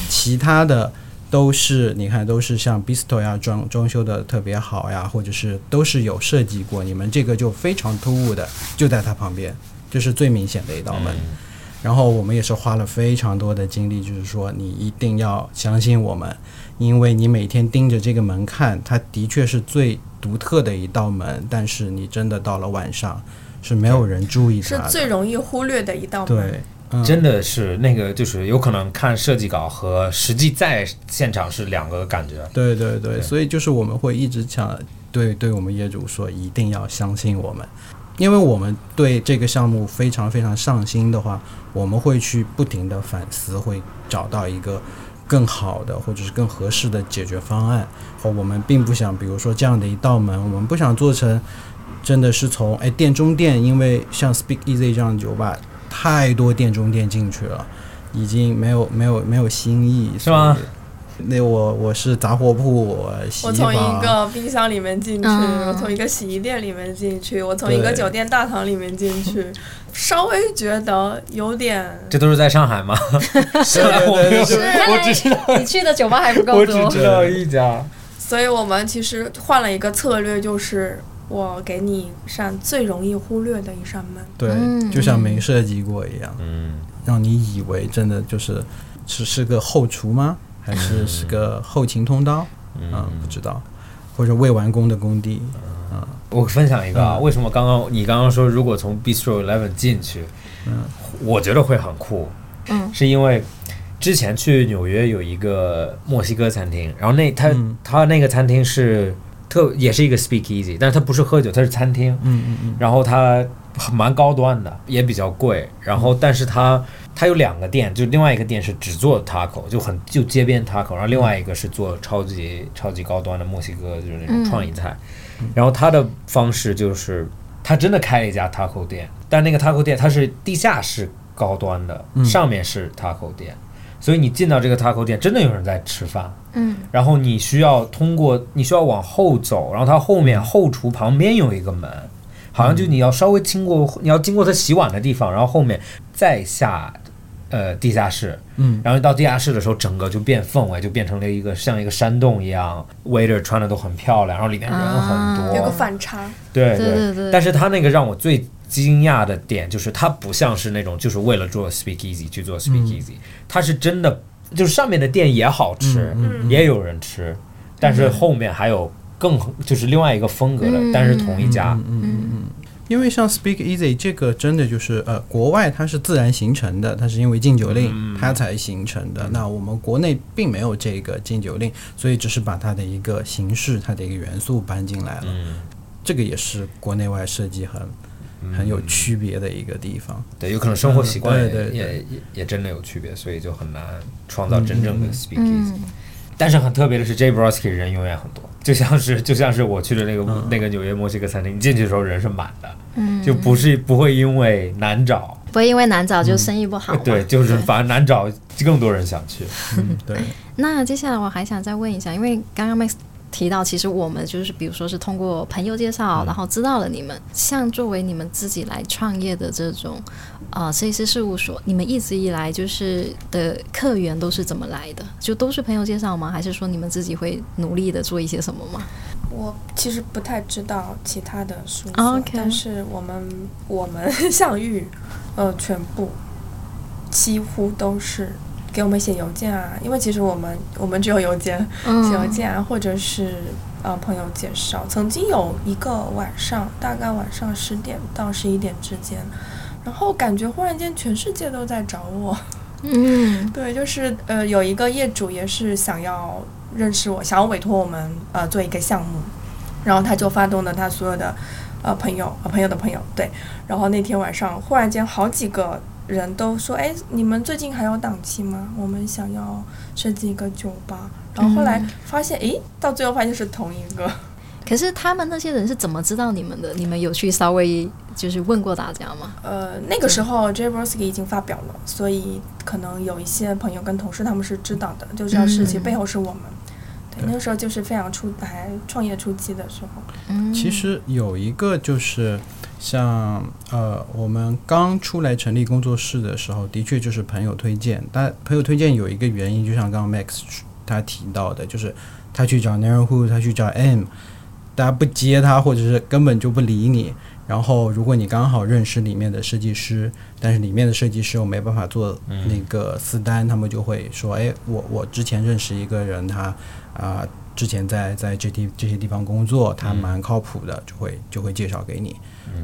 [SPEAKER 5] 其他的都是你看，都是像 Bistro 呀装装修的特别好呀，或者是都是有设计过。你们这个就非常突兀的，就在它旁边，这是最明显的一道
[SPEAKER 3] 嗯
[SPEAKER 5] 门。然后我们也是花了非常多的精力，就是说你一定要相信我们，因为你每天盯着这个门看，它的确是最独特的一道门，但是你真的到了晚上是没有人注意
[SPEAKER 4] 是
[SPEAKER 5] 它的，
[SPEAKER 4] 最容易忽略的一道门，
[SPEAKER 5] 对，嗯，
[SPEAKER 3] 真的是那个，就是有可能看设计稿和实际在现场是两个感觉。
[SPEAKER 5] 对对对，
[SPEAKER 3] 对
[SPEAKER 5] 所以就是我们会一直强对对我们业主说，一定要相信我们，因为我们对这个项目非常非常上心的话，我们会去不停的反思，会找到一个更好的或者是更合适的解决方案。哦，我们并不想，比如说这样的一道门，我们不想做成真的是从哎店中店，因为像 Speak Easy 这样的酒吧，太多店中店进去了。已经没有没有没有新意，
[SPEAKER 3] 是吗
[SPEAKER 5] 所以那我我是杂货铺，我洗
[SPEAKER 4] 我
[SPEAKER 5] 衣
[SPEAKER 4] 从
[SPEAKER 5] 房，
[SPEAKER 4] 一个冰箱里面进去，
[SPEAKER 2] 嗯
[SPEAKER 4] 我从一个洗衣店里面进去，我从一个
[SPEAKER 5] 对
[SPEAKER 4] 酒店大堂里面进去，稍微觉得有点。
[SPEAKER 3] 这都是在上海 吗？是啊，我没有，我只 知道，
[SPEAKER 2] 你去的酒吧还不够
[SPEAKER 3] 我只
[SPEAKER 2] 多，
[SPEAKER 3] 知道一家。
[SPEAKER 4] 所以我们其实换了一个策略，就是我给你一扇最容易忽略的一扇门。
[SPEAKER 5] 对，
[SPEAKER 2] 嗯
[SPEAKER 5] 就像没设计过一样，
[SPEAKER 3] 嗯，
[SPEAKER 5] 让你以为真的就是是是个后厨吗？还是是个后勤通道？嗯，不知道，或者未完工的工地，
[SPEAKER 3] 我分享一个啊，为什么刚刚你刚刚说如果从 Bistro Eleven 进去，
[SPEAKER 5] 嗯，
[SPEAKER 3] 我觉得会很酷，
[SPEAKER 2] 嗯，
[SPEAKER 3] 是因为之前去纽约有一个墨西哥餐厅，然后那他
[SPEAKER 5] 嗯
[SPEAKER 3] 他那个餐厅是特也是一个 Speakeasy，但是它不是喝酒，它是餐厅，
[SPEAKER 5] 嗯嗯嗯，
[SPEAKER 3] 然后它蛮高端的，也比较贵。然后，但是它它有两个店，就另外一个店是只做 taco，就很就街边 taco，然后另外一个是做超级超级高端的墨西哥，就是那种创意菜。然后它的方式就是，他真的开了一家 taco 店，但那个 taco 店它是地下室高端的，
[SPEAKER 5] 嗯
[SPEAKER 3] 上面是 taco 店，所以你进到这个 taco 店，真的有人在吃饭，
[SPEAKER 2] 嗯，
[SPEAKER 3] 然后你需要通过，你需要往后走，然后它后面后厨旁边有一个门，好像就你要稍微经过，你要经过它洗碗的地方，然后后面再下，呃，地下室，
[SPEAKER 5] 嗯，
[SPEAKER 3] 然后到地下室的时候，整个就变氛围，就变成了一个像一个山洞一样，waiter 穿的都很漂亮，然后里面人很
[SPEAKER 2] 啊
[SPEAKER 3] 多，
[SPEAKER 4] 有个反差，
[SPEAKER 3] 对
[SPEAKER 2] 对对对
[SPEAKER 3] 但是他那个让我最惊讶的点就是，他不像是那种就是为了做 speakeasy 去做 speakeasy，、他是真的就是上面的店也好吃，
[SPEAKER 4] 嗯
[SPEAKER 3] 也有人吃，但是后面还有更就是另外一个风格的，
[SPEAKER 2] 嗯
[SPEAKER 3] 但是同一家，
[SPEAKER 5] 嗯嗯嗯。因为像 Speak Easy 这个真的就是呃，国外它是自然形成的，它是因为禁酒令它才形成的。那我们国内并没有这个禁酒令，所以只是把它的一个形式、它的一个元素搬进来了。
[SPEAKER 3] 嗯
[SPEAKER 5] 这个也是国内外设计很很有区别的一个地方。
[SPEAKER 3] 对，有可能生活习惯也、
[SPEAKER 5] 嗯对对对
[SPEAKER 3] 也也也真的有区别，所以就很难创造真正的 speakeasy、
[SPEAKER 2] 嗯
[SPEAKER 3] 但是很特别的是，J. Brosky 人永远很多，就像是就像是我去的那个、
[SPEAKER 5] 嗯
[SPEAKER 3] 那个纽约墨西哥餐厅，你进去的时候人是满的，
[SPEAKER 2] 嗯，
[SPEAKER 3] 就不是不会因为难找，
[SPEAKER 2] 不会因为难找就生意不好嘛、
[SPEAKER 3] 对，就是反而难找，更多人想去。
[SPEAKER 5] 嗯，对，
[SPEAKER 2] 那接下来我还想再问一下，因为刚刚 Max 提到，其实我们就是比如说是通过朋友介绍，然后知道了你们。像作为你们自己来创业的这种呃设计师事务所，你们一直以来就是的客源都是怎么来的？就都是朋友介绍吗？还是说你们自己会努力的做一些什么吗？
[SPEAKER 4] 我其实不太知道其他的书，
[SPEAKER 2] 哦 OK
[SPEAKER 4] 但是我们我们 项玉，呃，全部几乎都是给我们写邮件啊，因为其实我们我们只有邮件，写
[SPEAKER 2] 嗯
[SPEAKER 4] 邮件啊，或者是呃朋友介绍。曾经有一个晚上，大概晚上十点到十一点之间，然后感觉忽然间全世界都在找我。
[SPEAKER 2] 嗯
[SPEAKER 4] 对，就是呃，有一个业主也是想要认识我，想要委托我们呃做一个项目，然后他就发动了他所有的呃朋友、呃朋友的朋友，对，然后那天晚上忽然间好几个人都说，哎，你们最近还有档期吗？我们想要设计一个酒吧，然后后来发现，诶，到最后发现是同一个，
[SPEAKER 2] 可是他们那些人是怎么知道你们的？你们有去稍微就是问过大家吗？
[SPEAKER 4] 呃，那个时候 J. Brosky 已经发表了，所以可能有一些朋友跟同事他们是知道的，就知道事情
[SPEAKER 2] 嗯
[SPEAKER 4] 背后是我们。对，那个时候就是非常初还创业初期的时候，
[SPEAKER 2] 嗯，
[SPEAKER 5] 其实有一个就是像呃，我们刚出来成立工作室的时候，的确就是朋友推荐。但朋友推荐有一个原因，就像刚刚 Max 他提到的，就是他去找 Neighborhood，他去找 M，大家不接他，或者是根本就不理你。然后，如果你刚好认识里面的设计师，但是里面的设计师我没办法做那个私单，他们就会说：“哎，我我之前认识一个人，他啊、之前在在这地这些地方工作，他蛮靠谱的，就会就会介绍给你。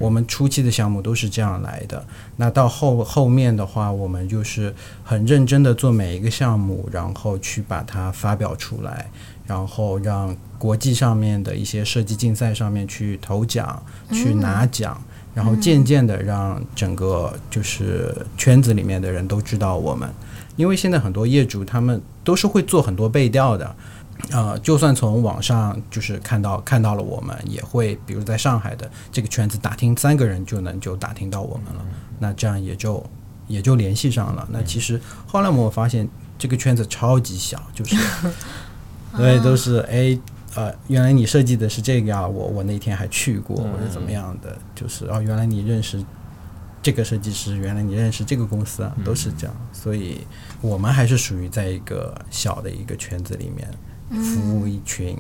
[SPEAKER 5] 我们初期的项目都是这样来的。那到后后面的话，我们就是很认真的做每一个项目，然后去把它发表出来，然后让国际上面的一些设计竞赛上面去投奖，去拿奖。然后渐渐的让整个就是圈子里面的人都知道我们，因为现在很多业主他们都是会做很多背调的，呃，就算从网上就是看到看到了我们，也会比如在上海的这个圈子打听三个人就能就打听到我们了，那这样也就也就联系上了。那其实后来我发现这个圈子超级小，就是对，都是哎。呃，原来你设计的是这个啊！我我那天还去过，或者怎么样的，就是哦，原来你认识这个设计师，原来你认识这个公司啊，都是这样。所以我们还是属于在一个小的一个圈子里面，
[SPEAKER 2] 嗯
[SPEAKER 5] 服务一群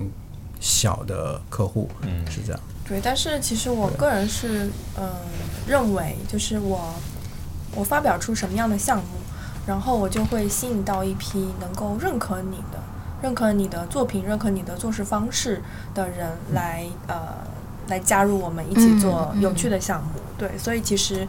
[SPEAKER 5] 小的客户，
[SPEAKER 3] 嗯
[SPEAKER 5] 是这样。
[SPEAKER 4] 对。但是其实我个人是嗯、呃认为，就是我我发表出什么样的项目，然后我就会吸引到一批能够认可你的、认可你的作品、认可你的做事方式的人来呃来加入我们一起做
[SPEAKER 2] 嗯嗯
[SPEAKER 4] 有趣的项目。对，所以其实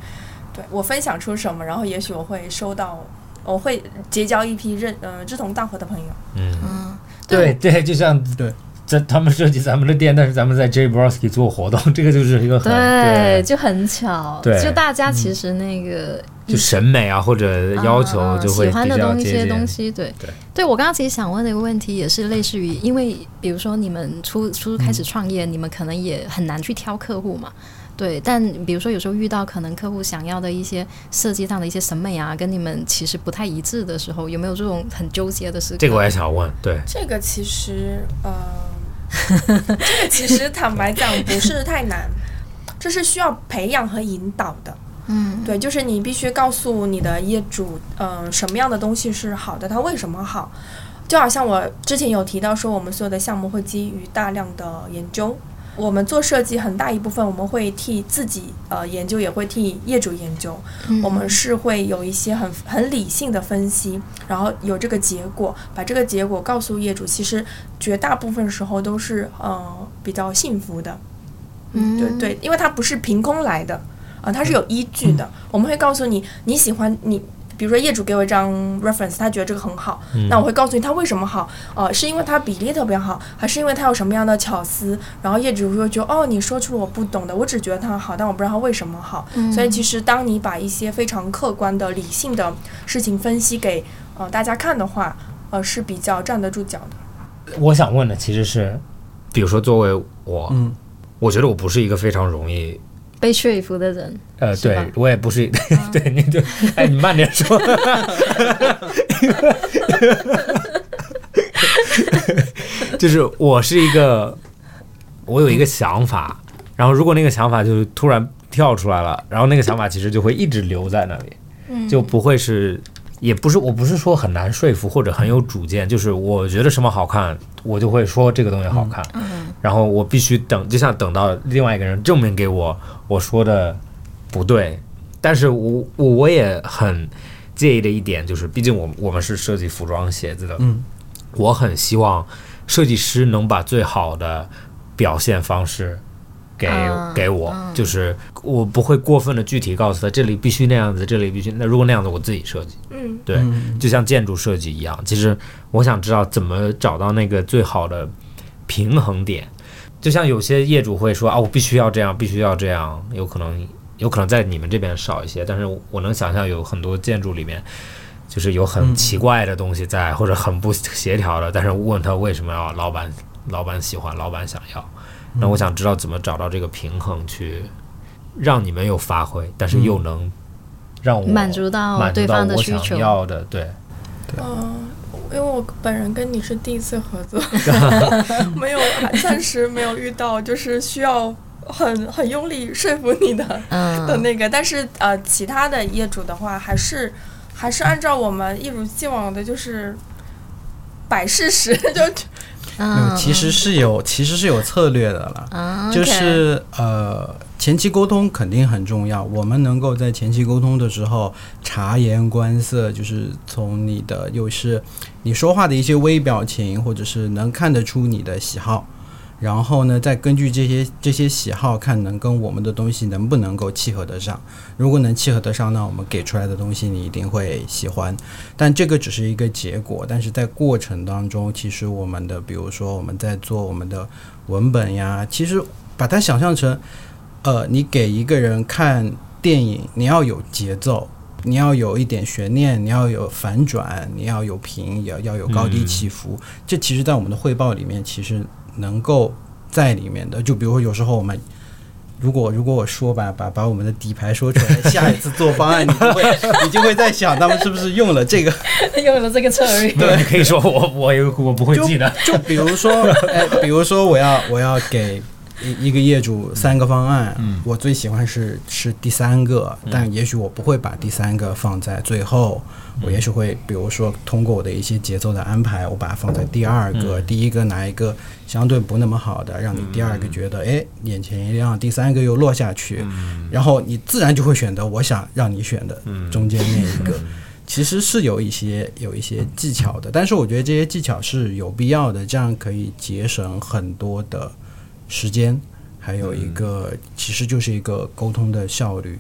[SPEAKER 4] 对我分享出什么，然后也许我会收到，我会结交一批认呃志同道合的朋友。
[SPEAKER 3] 嗯，
[SPEAKER 2] 嗯，
[SPEAKER 3] 对对，就像
[SPEAKER 5] 对。
[SPEAKER 3] 这他们设计咱们的店，但是咱们在 J. Brosky 做活动，这个就是一个很
[SPEAKER 2] 对，就很巧，
[SPEAKER 3] 对
[SPEAKER 2] 就大家其实那个
[SPEAKER 3] 就审美啊或者要求
[SPEAKER 2] 啊
[SPEAKER 3] 就会
[SPEAKER 2] 喜欢
[SPEAKER 3] 比
[SPEAKER 2] 的
[SPEAKER 3] 较
[SPEAKER 2] 东西，一
[SPEAKER 3] 接
[SPEAKER 2] 些
[SPEAKER 3] 近。
[SPEAKER 2] 东西，对
[SPEAKER 3] 对
[SPEAKER 2] 我刚刚其实想问的一个问题也是类似于，因为比如说你们初初开始创业，你们可能也很难去挑客户嘛。对，但比如说有时候遇到可能客户想要的一些设计上的一些审美啊，跟你们其实不太一致的时候，有没有这种很纠结的事？
[SPEAKER 3] 这个我也想问，对，
[SPEAKER 4] 这个其实，呃，这个其实坦白讲不是太难，这是需要培养和引导的。
[SPEAKER 2] 嗯，
[SPEAKER 4] 对，就是你必须告诉你的业主，嗯、什么样的东西是好的，它为什么好。就好像我之前有提到说，我们所有的项目会基于大量的研究。我们做设计很大一部分，我们会替自己呃研究，也会替业主研究。我们是会有一些很很理性的分析，然后有这个结果，把这个结果告诉业主。其实绝大部分时候都是呃比较幸福的，
[SPEAKER 2] 嗯
[SPEAKER 4] 对对，因为它不是凭空来的，啊、它是有依据的。我们会告诉你你喜欢你，比如说业主给我一张 reference，他觉得这个很好，那我会告诉你它为什么好，呃，是因为它比例特别好，还是因为它有什么样的巧思？然后业主会觉得哦，你说出了我不懂的，我只觉得它好，但我不知道它为什么好。所以其实当你把一些非常客观的、理性的事情分析给呃大家看的话，呃是比较站得住脚的。
[SPEAKER 3] 我想问的其实是，比如说作为我，
[SPEAKER 5] 嗯，
[SPEAKER 3] 我觉得我不是一个非常容易，
[SPEAKER 2] 被说服的人，
[SPEAKER 3] 呃，
[SPEAKER 2] 是吧嗯
[SPEAKER 3] 对我也不是， 对，你就，哎，你慢点说， 就是我是一个，我有一个想法，然后如果那个想法就是突然跳出来了，然后那个想法其实就会一直留在那里，
[SPEAKER 2] 嗯
[SPEAKER 3] 就不会是，也不是，我不是说很难说服或者很有主见，就是我觉得什么好看，我就会说这个东西好看，
[SPEAKER 2] 嗯
[SPEAKER 3] 然后我必须等，就像等到另外一个人证明给我我说的不对，但是我我我也很介意的一点就是，毕竟我我们是设计服装鞋子的，
[SPEAKER 5] 嗯，
[SPEAKER 3] 我很希望设计师能把最好的表现方式。给
[SPEAKER 2] 啊
[SPEAKER 3] 给我，就是我不会过分的具体告诉他这里必须那样子，这里必须那如果那样子我自己设计，
[SPEAKER 4] 嗯，
[SPEAKER 3] 对，就像建筑设计一样，其实我想知道怎么找到那个最好的平衡点。就像有些业主会说啊，我必须要这样，必须要这样，有可能有可能在你们这边少一些，但是我我能想象有很多建筑里面就是有很奇怪的东西在，或者很不协调的，但是问他为什么要老板老板喜欢，老板想要，那我想知道怎么找到这个平衡去。让你们有发挥，但是又能让我
[SPEAKER 2] 满足到
[SPEAKER 3] 满足
[SPEAKER 2] 对
[SPEAKER 3] 到
[SPEAKER 2] 方的
[SPEAKER 3] 我
[SPEAKER 2] 需
[SPEAKER 3] 想
[SPEAKER 2] 求，
[SPEAKER 3] 要哦的，对，
[SPEAKER 4] 嗯，因为我本人跟你是第一次合 作，没有，暂时没有遇到，就是需要很很用力说服你的 的
[SPEAKER 2] 嗯，
[SPEAKER 4] 那个。但是呃，其他的业主的话，还是还是按照我们一如既往的，就是摆事实， 就
[SPEAKER 5] 没
[SPEAKER 2] 嗯
[SPEAKER 5] 有，其实是有，其实是有策略的啦。
[SPEAKER 2] 啊，
[SPEAKER 5] 就
[SPEAKER 2] OK
[SPEAKER 5] 是呃，前期沟通肯定很重要。我们能够在前期沟通的时候察言观色，就是从你的又是你说话的一些微表情，或者是能看得出你的喜好。然后呢，再根据这些这些喜好，看能跟我们的东西能不能够契合得上。如果能契合得上，那我们给出来的东西你一定会喜欢。但这个只是一个结果，但是在过程当中，其实我们的，比如说我们在做我们的文本呀，其实把它想象成，呃，你给一个人看电影，你要有节奏，你要有一点悬念，你要有反转，你要有平，也要有高低起伏。这其实，在我们的汇报里面，其实能够在里面的。就比如说，有时候我们。如果如果我说吧，把把我们的底牌说出来，下一次做方案，你就会你就会在想他们是不是用了这个
[SPEAKER 2] 用了这个策略，
[SPEAKER 3] 对，可以说我我有我不会记得，
[SPEAKER 5] 就比如说，哎，比如说我要我要给一一个业主三个方案，我最喜欢是是第三个，但也许我不会把第三个放在最后，我也许会比如说通过我的一些节奏的安排，我把它放在第二个，第一个拿一个相对不那么好的，让你第二个觉得哎眼前一亮，第三个又落下去，然后你自然就会选择我想让你选的中间那一个。其实是有一些有一些技巧的，但是我觉得这些技巧是有必要的，这样可以节省很多的时间，还有一个、其实就是一个沟通的效率。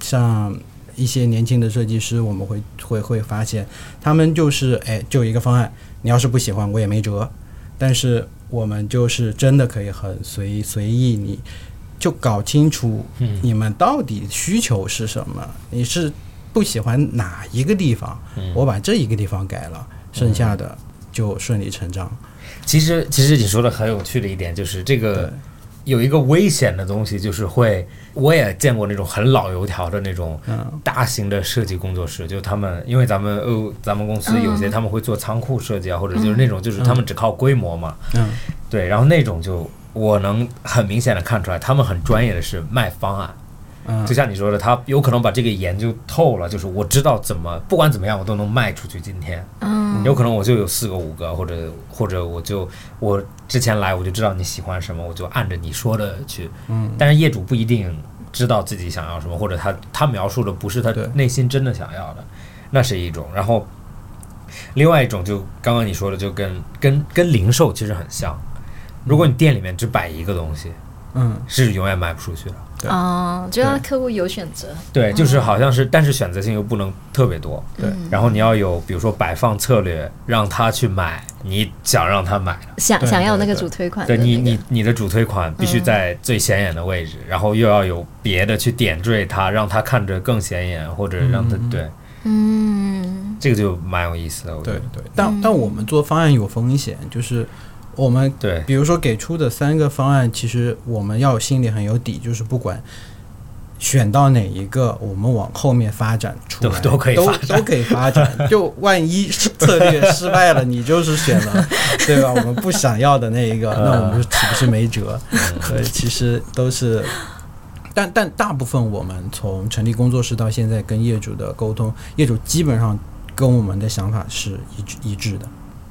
[SPEAKER 5] 像一些年轻的设计师，我们会会会发现，他们就是哎，就一个方案，你要是不喜欢我也没辙，但是我们就是真的可以很随意随意你。就搞清楚你们到底需求是什么，你是不喜欢哪一个地方，
[SPEAKER 3] 嗯
[SPEAKER 5] 我把这一个地方改了，剩下的就顺理成章。
[SPEAKER 3] 其实其实你说的很有趣的一点就是这个
[SPEAKER 5] 对
[SPEAKER 3] 有一个危险的东西，就是会，我也见过那种很老油条的那种
[SPEAKER 5] 嗯
[SPEAKER 3] 大型的设计工作室，就他们，因为咱们呃，咱们公
[SPEAKER 5] 嗯
[SPEAKER 3] 司有些他们会做仓库设计啊，或者就是那种，就是他们只靠规模嘛，
[SPEAKER 5] 嗯
[SPEAKER 3] 对，然后那种就我能很明显的看出来，他们很专业的是卖方案，
[SPEAKER 5] 嗯，
[SPEAKER 3] 就像你说的，他有可能把这个研究透了，就是我知道怎么，不管怎么样，我都能卖出去。今天
[SPEAKER 2] 嗯
[SPEAKER 3] 有可能我就有四个、五个，或者或者我就我之前来我就知道你喜欢什么，我就按着你说的去。
[SPEAKER 5] 嗯，
[SPEAKER 3] 但是业主不一定知道自己想要什么，或者他他描述的不是他
[SPEAKER 5] 对
[SPEAKER 3] 内心真的想要的，那是一种。然后另外一种就刚刚你说的，就跟跟跟零售其实很像。如果你店里面只摆一个东西，
[SPEAKER 5] 嗯
[SPEAKER 3] 是永远卖不出去的。
[SPEAKER 5] 对
[SPEAKER 2] 啊，就让客户有选择。
[SPEAKER 3] 对，就是好像是，但是选择性又不能特别多。
[SPEAKER 5] 对
[SPEAKER 2] 嗯
[SPEAKER 3] 然后你要有，比如说摆放策略，让他去买你想让他买的。
[SPEAKER 2] 想
[SPEAKER 5] 对
[SPEAKER 2] 想要那
[SPEAKER 5] 对
[SPEAKER 2] 个
[SPEAKER 5] 对
[SPEAKER 2] 主推款的
[SPEAKER 3] 嗯对你，
[SPEAKER 2] 那个
[SPEAKER 3] 你你的主推款必须在最显眼的位置，然后又要有别的去点缀它，让它看着更显眼，或者让它、对
[SPEAKER 2] 嗯
[SPEAKER 3] 这个就蛮有意思的。我觉
[SPEAKER 5] 对
[SPEAKER 3] 得
[SPEAKER 5] 对，但但我们做方案有风险，就是我们
[SPEAKER 3] 对
[SPEAKER 5] 比如说给出的三个方案，其实我们要心里很有底，就是不管选到哪一个，我们往后面发展出来
[SPEAKER 3] 都都可以发
[SPEAKER 5] 都都可以发展。就万一是策略失败了，你就是选 了，对吧？我们不想要的那一
[SPEAKER 3] 嗯
[SPEAKER 5] 个，那我们是岂不是没辙？对，其实都是。但但大部分我们从成立工作室到现在跟业主的沟通，业主基本上跟我们的想法是一致一致的。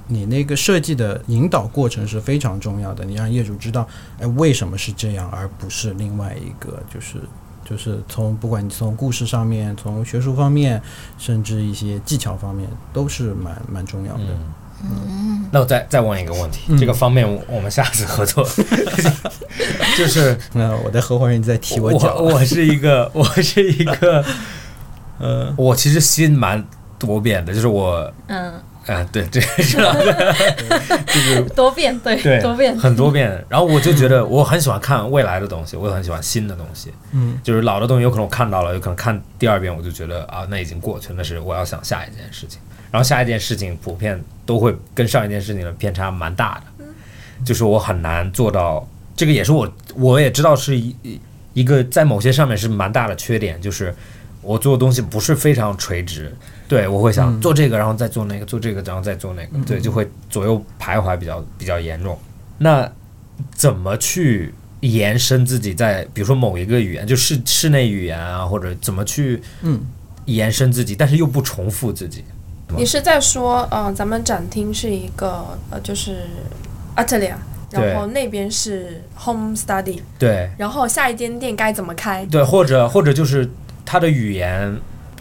[SPEAKER 5] 你那个设计的引导过程是非常重要的，你让业主知道，哎，为什么是这样，而不是另外一个，就是就是从不管你从故事上面，从学术方面，甚至一些技巧方面，都是蛮蛮重要的。
[SPEAKER 3] 嗯。那我再再问一个问题，这个方面我我们下次合作， 就是
[SPEAKER 5] 那我的合伙人在踢
[SPEAKER 3] 我
[SPEAKER 5] 脚，
[SPEAKER 3] 我是一个，我是一个，
[SPEAKER 5] 呃，
[SPEAKER 3] 我其实心蛮多变的，就是我，
[SPEAKER 2] 嗯，
[SPEAKER 3] 啊，对，这个是吧就是
[SPEAKER 2] 多变对
[SPEAKER 3] 对
[SPEAKER 2] 多变，
[SPEAKER 3] 很多变。然后我就觉得我很喜欢看未来的东西，我也很喜欢新的东西。
[SPEAKER 5] 嗯，
[SPEAKER 3] 就是老的东西有可能我看到了，有可能看第二遍我就觉得啊，那已经过去了，那是我要想下一件事情。然后下一件事情普遍都会跟上一件事情的偏差蛮大的，就是我很难做到。这个也是我我也知道是一一一个在某些上面是蛮大的缺点，就是我做的东西不是非常垂直。对，我会想做这个，然后再做那个，做这个，然后再做那个，对，就会左右徘徊比较比较严重。那怎么去延伸自己在，比如说某一个语言，就室室内语言啊，或者怎么去
[SPEAKER 5] 嗯
[SPEAKER 3] 延伸自己，但是又不重复自己？
[SPEAKER 4] 你是在说，呃，咱们展厅是一个呃，就是 atelier，
[SPEAKER 3] 对
[SPEAKER 4] 然后那边是 home study，
[SPEAKER 3] 对
[SPEAKER 4] 然后下一间店该怎么开？
[SPEAKER 3] 对，或者或者就是他的语言，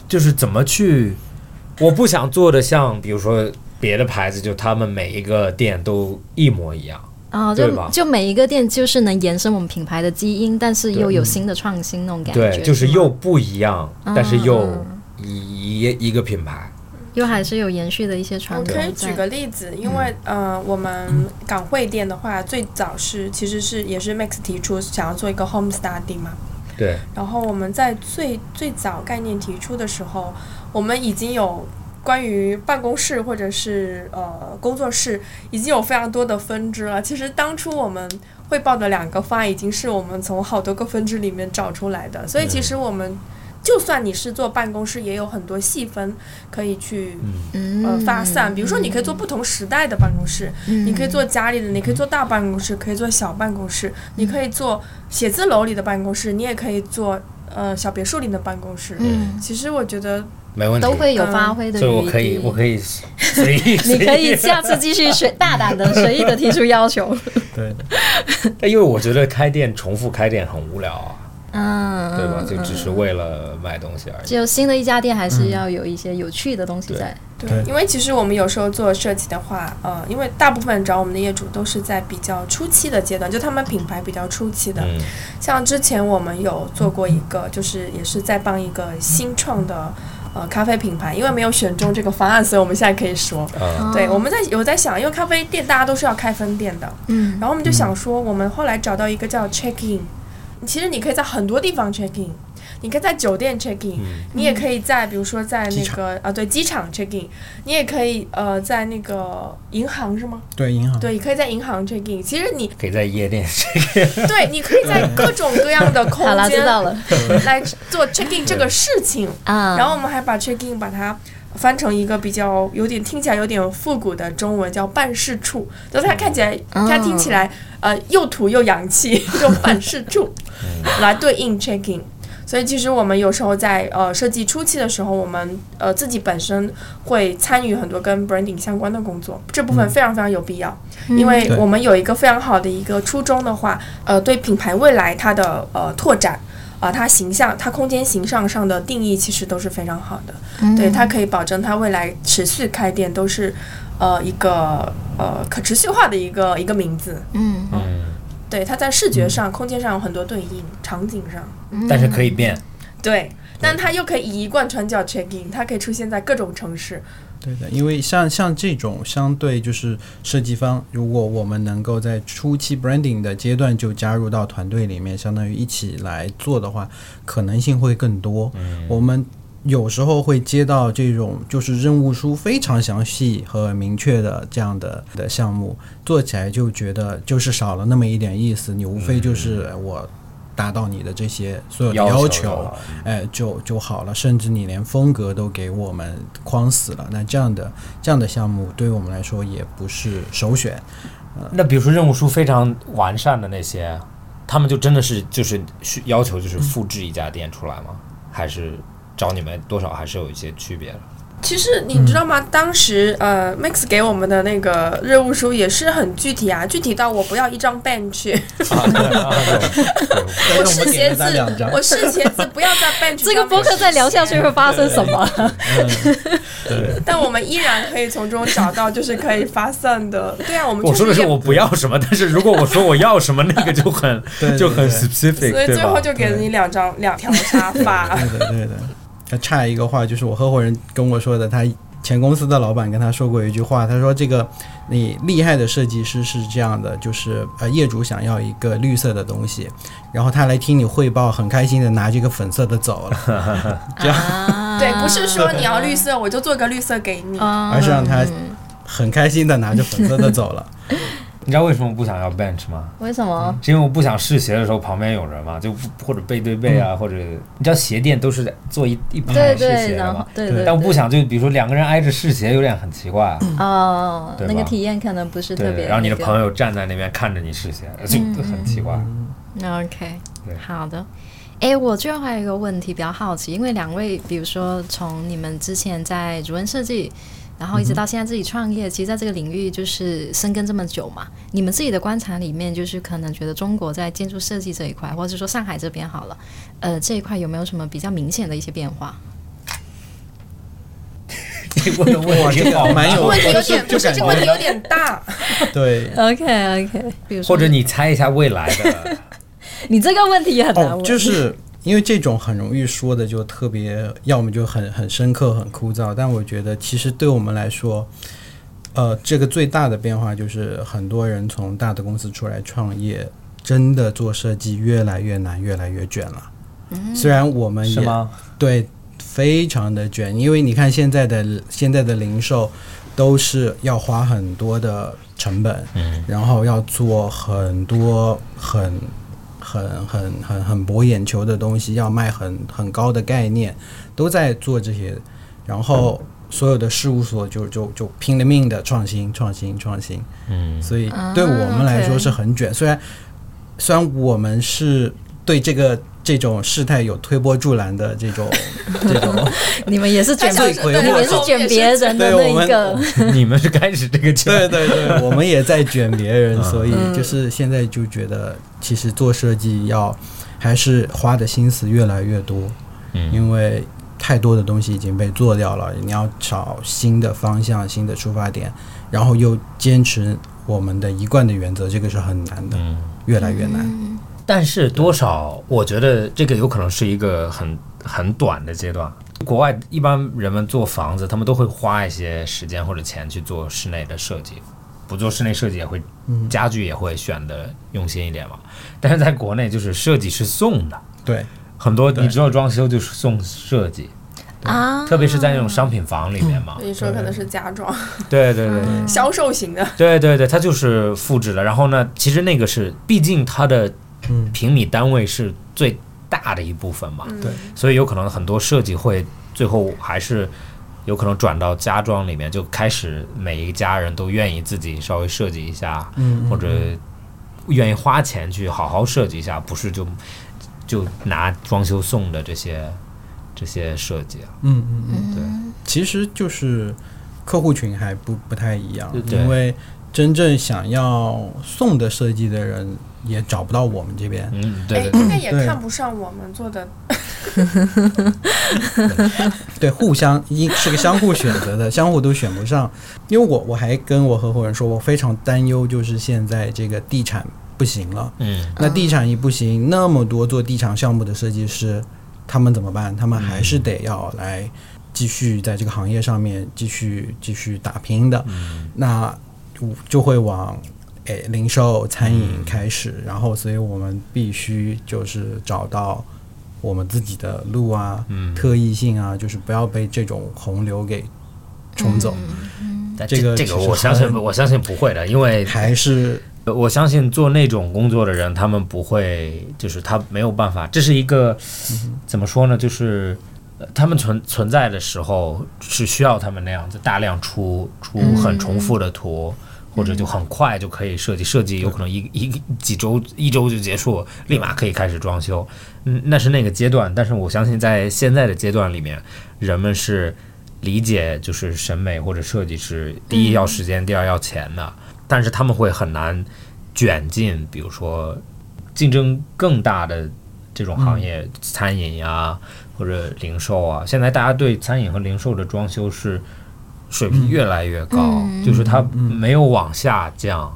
[SPEAKER 3] 就是怎么去，我不想做的像比如说别的牌子，就他们每一个店都一模一样。
[SPEAKER 2] 啊，
[SPEAKER 3] 对
[SPEAKER 2] 就
[SPEAKER 3] 吧
[SPEAKER 2] 就每一个店就是能延伸我们品牌的基因，但是又有新的创新那种感觉，
[SPEAKER 3] 对，就是
[SPEAKER 2] 吗
[SPEAKER 3] 又不一样，但是又
[SPEAKER 2] 嗯
[SPEAKER 3] 一一一个品牌。
[SPEAKER 2] 又还是有延续的一些传
[SPEAKER 4] 我
[SPEAKER 2] 统在。
[SPEAKER 4] 可以举个例子，因为呃，我们港汇店的话，最早是其实是也是 Max 提出想要做一个 home study 嘛，
[SPEAKER 3] 对，
[SPEAKER 4] 然后我们在最最早概念提出的时候，我们已经有关于办公室或者是呃工作室已经有非常多的分支了。其实当初我们汇报的两个方案已经是我们从好多个分支里面找出来的，所以其实我们就算你是做办公室，也有很多细分可以去
[SPEAKER 2] 嗯
[SPEAKER 4] 呃发散。比如说，你可以做不同时代的办公室，你可以做家里的，你可以做大办公室，可以做小办公
[SPEAKER 2] 嗯
[SPEAKER 4] 室，你可以做写字楼里的办公室，你也可以做呃小别墅里的办公室。
[SPEAKER 2] 嗯，
[SPEAKER 4] 其实我觉得，
[SPEAKER 3] 没问题。
[SPEAKER 2] 都会有发挥的余地。
[SPEAKER 3] 所以我可以，我可以 随意，
[SPEAKER 2] 你可以
[SPEAKER 3] 随意
[SPEAKER 2] 下次继续随大胆的、随意的提出要 求。
[SPEAKER 5] 对，
[SPEAKER 3] 但因为我觉得开店重复开店很无聊啊，
[SPEAKER 2] 嗯，
[SPEAKER 3] 对吧？就只是为了卖东西而已。
[SPEAKER 2] 只有新的一家店还是要有一些有趣的东西在。
[SPEAKER 5] 对
[SPEAKER 4] 因为其实我们有时候做设计的话，呃，因为大部分找我们的业主都是在比较初期的阶段，就他们品牌比较初期的。
[SPEAKER 3] 嗯，
[SPEAKER 4] 像之前我们有做过一个，就是也是在帮一个新创的呃咖啡品牌，因为没有选中这个方案，所以我们现在可以说，
[SPEAKER 2] 嗯哦
[SPEAKER 3] 啊，
[SPEAKER 4] 嗯对，我们在有在想，因为咖啡店大家都是要开分店的，
[SPEAKER 2] 嗯
[SPEAKER 4] 然后我们就想说，我们后来找到一个叫 check in，其实你可以在很多地方 check in，你可以在酒店 check in，、
[SPEAKER 2] 嗯
[SPEAKER 4] 你也可以在比如说在
[SPEAKER 5] 机
[SPEAKER 4] 那
[SPEAKER 5] 场
[SPEAKER 4] 个啊对机场 check in，你也可以呃在那个银行是吗？
[SPEAKER 2] 嗯
[SPEAKER 5] 对银行，
[SPEAKER 4] 对，你可以在银行 check in。其实你
[SPEAKER 3] 可以在夜店
[SPEAKER 4] 对，你可以在各种各样的 空
[SPEAKER 2] 好了，知
[SPEAKER 4] 间
[SPEAKER 2] 道了
[SPEAKER 4] 来做 check in 这个事情。
[SPEAKER 2] 啊。
[SPEAKER 4] 然后我们还把 check in 把它翻成一个比较有点听起来有点复古的中文，叫办事处。就是它看起来，
[SPEAKER 1] 嗯
[SPEAKER 4] 它听起来呃又土又洋气，就办事处来对应 check in。所以其实我们有时候在呃设计初期的时候，我们呃自己本身会参与很多跟 branding 相关的工作，这部分非常非常有必要，因为
[SPEAKER 5] 对
[SPEAKER 4] 我们有一个非常好的一个初衷的话，呃，对品牌未来它的呃拓展。啊、它形象、它空间形象上的定义其实都是非常好的，对它可以保证它未来持续开店都是，呃，一个呃可持续化的一个一个名字，
[SPEAKER 2] 嗯，
[SPEAKER 4] 对它在视觉上、空间上有很多对应，场景上，
[SPEAKER 2] 嗯
[SPEAKER 3] 但是可以变。
[SPEAKER 4] 对，但它又可以以一贯传教 check in，它可以出现在各种城市，
[SPEAKER 5] 对的，因为像像这种相对就是设计方，如果我们能够在初期 branding 的阶段就加入到团队里面，相当于一起来做的话，可能性会更多。
[SPEAKER 3] 嗯
[SPEAKER 5] 我们有时候会接到这种就是任务书非常详细和明确的这样的的项目，做起来就觉得就是少了那么一点意思，你无非就是我达到你的这些所有
[SPEAKER 3] 嗯
[SPEAKER 5] 的
[SPEAKER 3] 要求
[SPEAKER 5] 要
[SPEAKER 3] 就
[SPEAKER 5] 求
[SPEAKER 3] 好，
[SPEAKER 5] 哎，就就好了。甚至你连风格都给我们框死了，那这样的这样的项目对于我们来说也不是 首选。
[SPEAKER 3] 那比如说任务书非常完善的那些，他们就真的是就是需要求
[SPEAKER 2] 嗯
[SPEAKER 3] 就是复制一家店出来吗？还是找你们多少还是有一些区 别的？
[SPEAKER 4] 其实你
[SPEAKER 3] 嗯
[SPEAKER 4] 知道吗？当时呃，Max 给我们的那个任务书也是很具体啊，具体到我不要一张 bench，
[SPEAKER 3] 啊
[SPEAKER 5] 但
[SPEAKER 4] 我
[SPEAKER 5] 是我
[SPEAKER 4] 是
[SPEAKER 5] 们给
[SPEAKER 4] 鞋
[SPEAKER 5] 了
[SPEAKER 4] 子
[SPEAKER 5] 他两张，，
[SPEAKER 4] 我是鞋子，不要在 bench
[SPEAKER 2] 这个
[SPEAKER 4] 上面
[SPEAKER 2] 播客再聊下去会发生什 么？
[SPEAKER 5] 对，
[SPEAKER 4] 但我们依然可以从中找到就是可以发散的。对啊，我们
[SPEAKER 3] 我
[SPEAKER 4] 确实
[SPEAKER 3] 说的是
[SPEAKER 4] 也
[SPEAKER 3] 我不要什么，但是如果我说我要什么，那个就 很
[SPEAKER 5] 对对
[SPEAKER 3] 就很
[SPEAKER 5] 对
[SPEAKER 3] specific，
[SPEAKER 4] 所
[SPEAKER 3] 对
[SPEAKER 4] 以最后
[SPEAKER 3] 吧？
[SPEAKER 4] 就给了你两张两条沙 发。
[SPEAKER 5] 对的，对的。那差一个话就是我合伙人跟我说的，他前公司的老板跟他说过一句话，他说这个你厉害的设计师是这样的，就是呃业主想要一个绿色的东西，然后他来听你汇报，很开心的拿这个粉色的走了，
[SPEAKER 2] 啊
[SPEAKER 4] 对，不是说你要绿色，我就做个绿色给你。
[SPEAKER 2] 啊
[SPEAKER 5] 而是让他
[SPEAKER 4] 嗯
[SPEAKER 5] 很开心的拿着粉色的 走了。
[SPEAKER 3] 你知道为什么不想要 bench 吗？
[SPEAKER 2] 为什么？
[SPEAKER 3] 是因为我不想试鞋的时候旁边有人嘛，就不或者背对背啊，或者你知道鞋垫都是做一一排
[SPEAKER 2] 对
[SPEAKER 3] 试
[SPEAKER 2] 对，
[SPEAKER 3] 鞋的
[SPEAKER 2] 然后
[SPEAKER 3] 嘛。
[SPEAKER 2] 对
[SPEAKER 5] 对
[SPEAKER 2] 对，
[SPEAKER 3] 但我不
[SPEAKER 2] 对
[SPEAKER 3] 想，就比如说两个人挨着试鞋，有点很奇怪啊。
[SPEAKER 4] 嗯
[SPEAKER 2] 哦，
[SPEAKER 3] 对
[SPEAKER 2] 那个
[SPEAKER 3] 吧
[SPEAKER 2] 体验可能不是特
[SPEAKER 3] 对对，
[SPEAKER 2] 别那个。
[SPEAKER 3] 然后你的朋友站在那边看着你试鞋，就
[SPEAKER 2] 嗯
[SPEAKER 3] 很奇怪。
[SPEAKER 2] OK，
[SPEAKER 3] 对
[SPEAKER 2] 好的。哎，我最后还有一个问题比较好奇，因为两位，比如说从你们之前在主任设计，然后一直到现在自己创业，其实在这个领域就是深耕这么久嘛。你们自己的观察里面，就是可能觉得中国在建筑设计这一块，或者是说上海这边好了，呃，这一块有没有什么比较明显的一些变化？
[SPEAKER 3] 这问的问题好
[SPEAKER 5] 蛮有
[SPEAKER 4] 问题有
[SPEAKER 5] 就
[SPEAKER 4] 点不是
[SPEAKER 5] 感
[SPEAKER 4] 这
[SPEAKER 5] 觉
[SPEAKER 4] 个问题有点大，
[SPEAKER 5] 对。
[SPEAKER 2] OK OK，比如说
[SPEAKER 3] 或者你猜一下未来 的，
[SPEAKER 2] 你这个问题也很难
[SPEAKER 5] 哦
[SPEAKER 2] 问，，
[SPEAKER 5] 就是因为这种很容易说的就特别，要么就很很深刻、很枯燥。但我觉得其实对我们来说，呃，这个最大的变化就是很多人从大的公司出来创业，真的做设计越来越难、越来越卷了。
[SPEAKER 2] 嗯
[SPEAKER 5] 虽然我们
[SPEAKER 3] 是
[SPEAKER 5] 也
[SPEAKER 3] 吗？
[SPEAKER 5] 对，非常的卷，因为你看现在的现在的零售都是要花很多的成本，
[SPEAKER 3] 嗯，
[SPEAKER 5] 然后要做很多很很很很很博眼球的东西，要卖很很高的概念，都在做这些，然后所有的事务所就就就拼了命的创新创新创新，
[SPEAKER 3] 嗯，
[SPEAKER 5] 所以对我们来说是很卷。虽然虽然我们是对这个这种事态有推波助澜的这种这种，
[SPEAKER 2] 你们也是卷，
[SPEAKER 5] 罪魁祸
[SPEAKER 2] 你
[SPEAKER 5] 首
[SPEAKER 2] 们也是卷别人的
[SPEAKER 5] 对
[SPEAKER 2] 那
[SPEAKER 5] 我们
[SPEAKER 2] 一个，
[SPEAKER 3] 你们是开始这 个圈，
[SPEAKER 5] 对对对， 嗯我们也在卷别人，所以
[SPEAKER 2] 嗯
[SPEAKER 5] 就是现在就觉得，其实做设计要还是花的心思越来越多，
[SPEAKER 3] 嗯，
[SPEAKER 5] 因为太多的东西已经被做掉了，你要找新的方向、新的出发点，然后又坚持我们的一贯的原则，这个是很难的，
[SPEAKER 3] 嗯
[SPEAKER 5] 越来越难。
[SPEAKER 3] 但是多少，我觉得这个有可能是一个很很短的阶段。国外一般人们做房子，他们都会花一些时间或者钱去做室内的设计，不做室内设计也会，家具也会选的用心一点嘛。但是在国内，就是设计是送的，
[SPEAKER 5] 对
[SPEAKER 3] 很多
[SPEAKER 5] 对
[SPEAKER 3] 你知道装修就是送设计，
[SPEAKER 2] 啊，
[SPEAKER 3] 特别是在那种商品房里面
[SPEAKER 5] 嗯
[SPEAKER 3] 嘛。
[SPEAKER 4] 你说可能是家装、
[SPEAKER 3] 对对对
[SPEAKER 4] 销售型的，
[SPEAKER 3] 对对对，它就是复制的。然后呢，其实那个是，毕竟它的
[SPEAKER 5] 嗯
[SPEAKER 3] 平米单位是最大的一部分嘛，
[SPEAKER 4] 嗯
[SPEAKER 5] 对
[SPEAKER 3] 所以有可能很多设计会最后还是有可能转到家装里面，就开始每一家人都愿意自己稍微设计一下，
[SPEAKER 5] 嗯
[SPEAKER 3] 或者愿意花钱去好好设计一下，不是就就拿装修送的这些这些设计啊，
[SPEAKER 5] 嗯嗯嗯，
[SPEAKER 3] 对。
[SPEAKER 5] 其实就是客户群还不不太一样，
[SPEAKER 3] 对
[SPEAKER 5] 因为真正想要送的设计的人也找不到我们这边。
[SPEAKER 3] 嗯，对
[SPEAKER 4] 哎
[SPEAKER 3] 对，对，
[SPEAKER 4] 那也
[SPEAKER 5] 对
[SPEAKER 4] 看不上我们做的，
[SPEAKER 5] 对，互相一是个相互选择的， 相互都选不上。因为我我还跟我合伙人说，我非常担忧，就是现在这个地产不行了。
[SPEAKER 3] 嗯，
[SPEAKER 5] 那地产一不行，那么多做地产项目的设计师，他们怎么办？他们还
[SPEAKER 3] 嗯
[SPEAKER 5] 是得要来继续在这个行业上面继续继续打拼的。
[SPEAKER 3] 嗯
[SPEAKER 5] 那就就会往诶零售、餐
[SPEAKER 3] 嗯
[SPEAKER 5] 饮开始，然后所以我们必须就是找到我们自己的路啊，
[SPEAKER 3] 嗯
[SPEAKER 5] 特异性啊，就是不要被这种洪流给冲走，
[SPEAKER 3] 嗯但
[SPEAKER 5] 这
[SPEAKER 3] 这
[SPEAKER 5] 个
[SPEAKER 3] 这
[SPEAKER 5] 其
[SPEAKER 3] 个
[SPEAKER 5] 实
[SPEAKER 3] 我相信
[SPEAKER 5] 很
[SPEAKER 3] 我相信不会的，因为
[SPEAKER 5] 还是
[SPEAKER 3] 呃我相信做那种工作的人，他们不会，就是他没有办法，这是一个怎么说呢？就是呃他们存存在的时候是需要他们那样子大量出出很重复的图。或者就很快就可以设计，设计有可能一一几周一周就结束，立马可以开始装修。嗯，那是那个阶段，但是我相信在现在的阶段里面，人们是理解就是审美或者设计是第一要时间，第二要钱的，但是他们会很难卷进，比如说竞争更大的这种行业，餐饮呀、或者零售啊。现在大家对餐饮和零售的装修是水平越来越高，就是它没有往下降。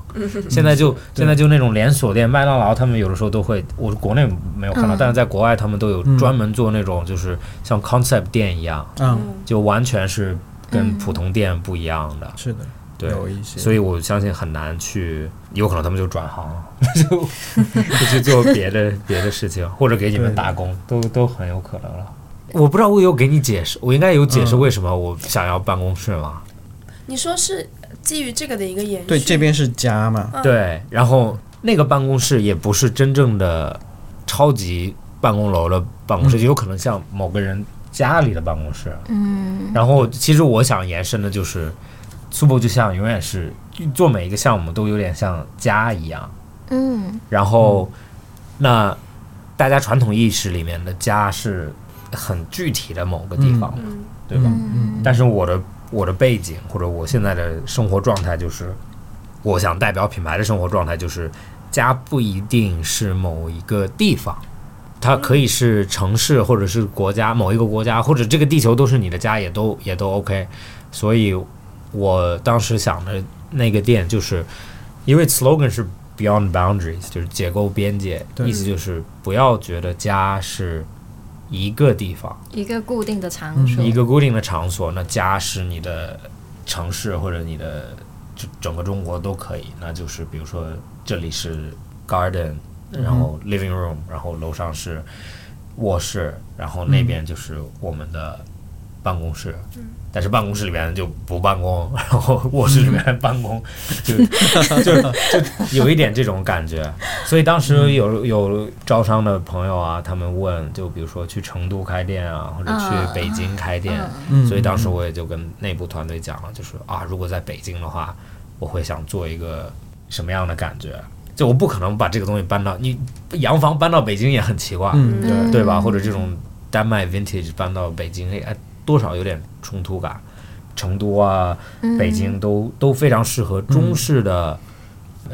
[SPEAKER 3] 现在就现在就那种连锁店，麦当劳他们有的时候都会，我国内没有看到，但是在国外他们都有专门做那种就是像 concept 店一样，
[SPEAKER 5] 嗯，
[SPEAKER 3] 就完全是跟普通店不一样的。
[SPEAKER 5] 是的，
[SPEAKER 3] 对，
[SPEAKER 5] 有一些，
[SPEAKER 3] 所以我相信很难去，有可能他们就转行了， 就就去做别 的别的事情，或者给你们
[SPEAKER 5] 对
[SPEAKER 3] 打工，都都很有可能了。嗯我不知道我有给你解释，我应该有解释为什么我想要办公室吗？
[SPEAKER 4] 你说是基于这个的一个延续，
[SPEAKER 5] 对这边是家嘛，
[SPEAKER 4] 嗯
[SPEAKER 3] 对，然后那个办公室也不是真正的超级办公楼的办公室，有可能像某个人家里的办公室。嗯，然后其实我想延伸的就是，Super 就像永远是做每一个项目都有点像家一样。
[SPEAKER 2] 嗯
[SPEAKER 3] 然后，那大家传统意识里面的家是很具体的某个地方，
[SPEAKER 4] 嗯
[SPEAKER 3] 对吧？
[SPEAKER 2] 嗯
[SPEAKER 3] 但是我的我的背景或者我现在的生活状态就是，我想代表品牌的生活状态就是，家不一定是某一个地方，它可以是城市或者是国家某一个国家或者这个地球都是你的家，也都也都 OK。所以我当时想的那个店就是，因为 slogan 是 Beyond Boundaries，就是解构边界，
[SPEAKER 5] 对
[SPEAKER 3] 意思就是不要觉得家是一个地方。
[SPEAKER 2] 一个固定的场所，
[SPEAKER 3] 一个固定的场所，那家是你的城市或者你的就整个中国都可以。那就是比如说这里是 garden，然后 living room，然后楼上是卧室，然后那边就是我们的办公室。但是办公室里面就不办公， 然后卧室里面办公，就 就就有一点这种感觉。所以当时有有招商的朋友啊，他们问，就比如说去成都开店啊，或者去北京开店，
[SPEAKER 5] 嗯
[SPEAKER 3] 所以当时我也就跟内部团队讲了，就是啊，如果在北京的话，我会想做一个什么样的感觉？就我不可能把这个东西搬到你洋房搬到北京也很奇怪，
[SPEAKER 5] 嗯
[SPEAKER 4] 对
[SPEAKER 3] 对吧？或者这种丹麦 vintage 搬到北京，哎，多少有点冲突感。成都啊，北京都都非常适
[SPEAKER 5] 嗯
[SPEAKER 3] 合中式的，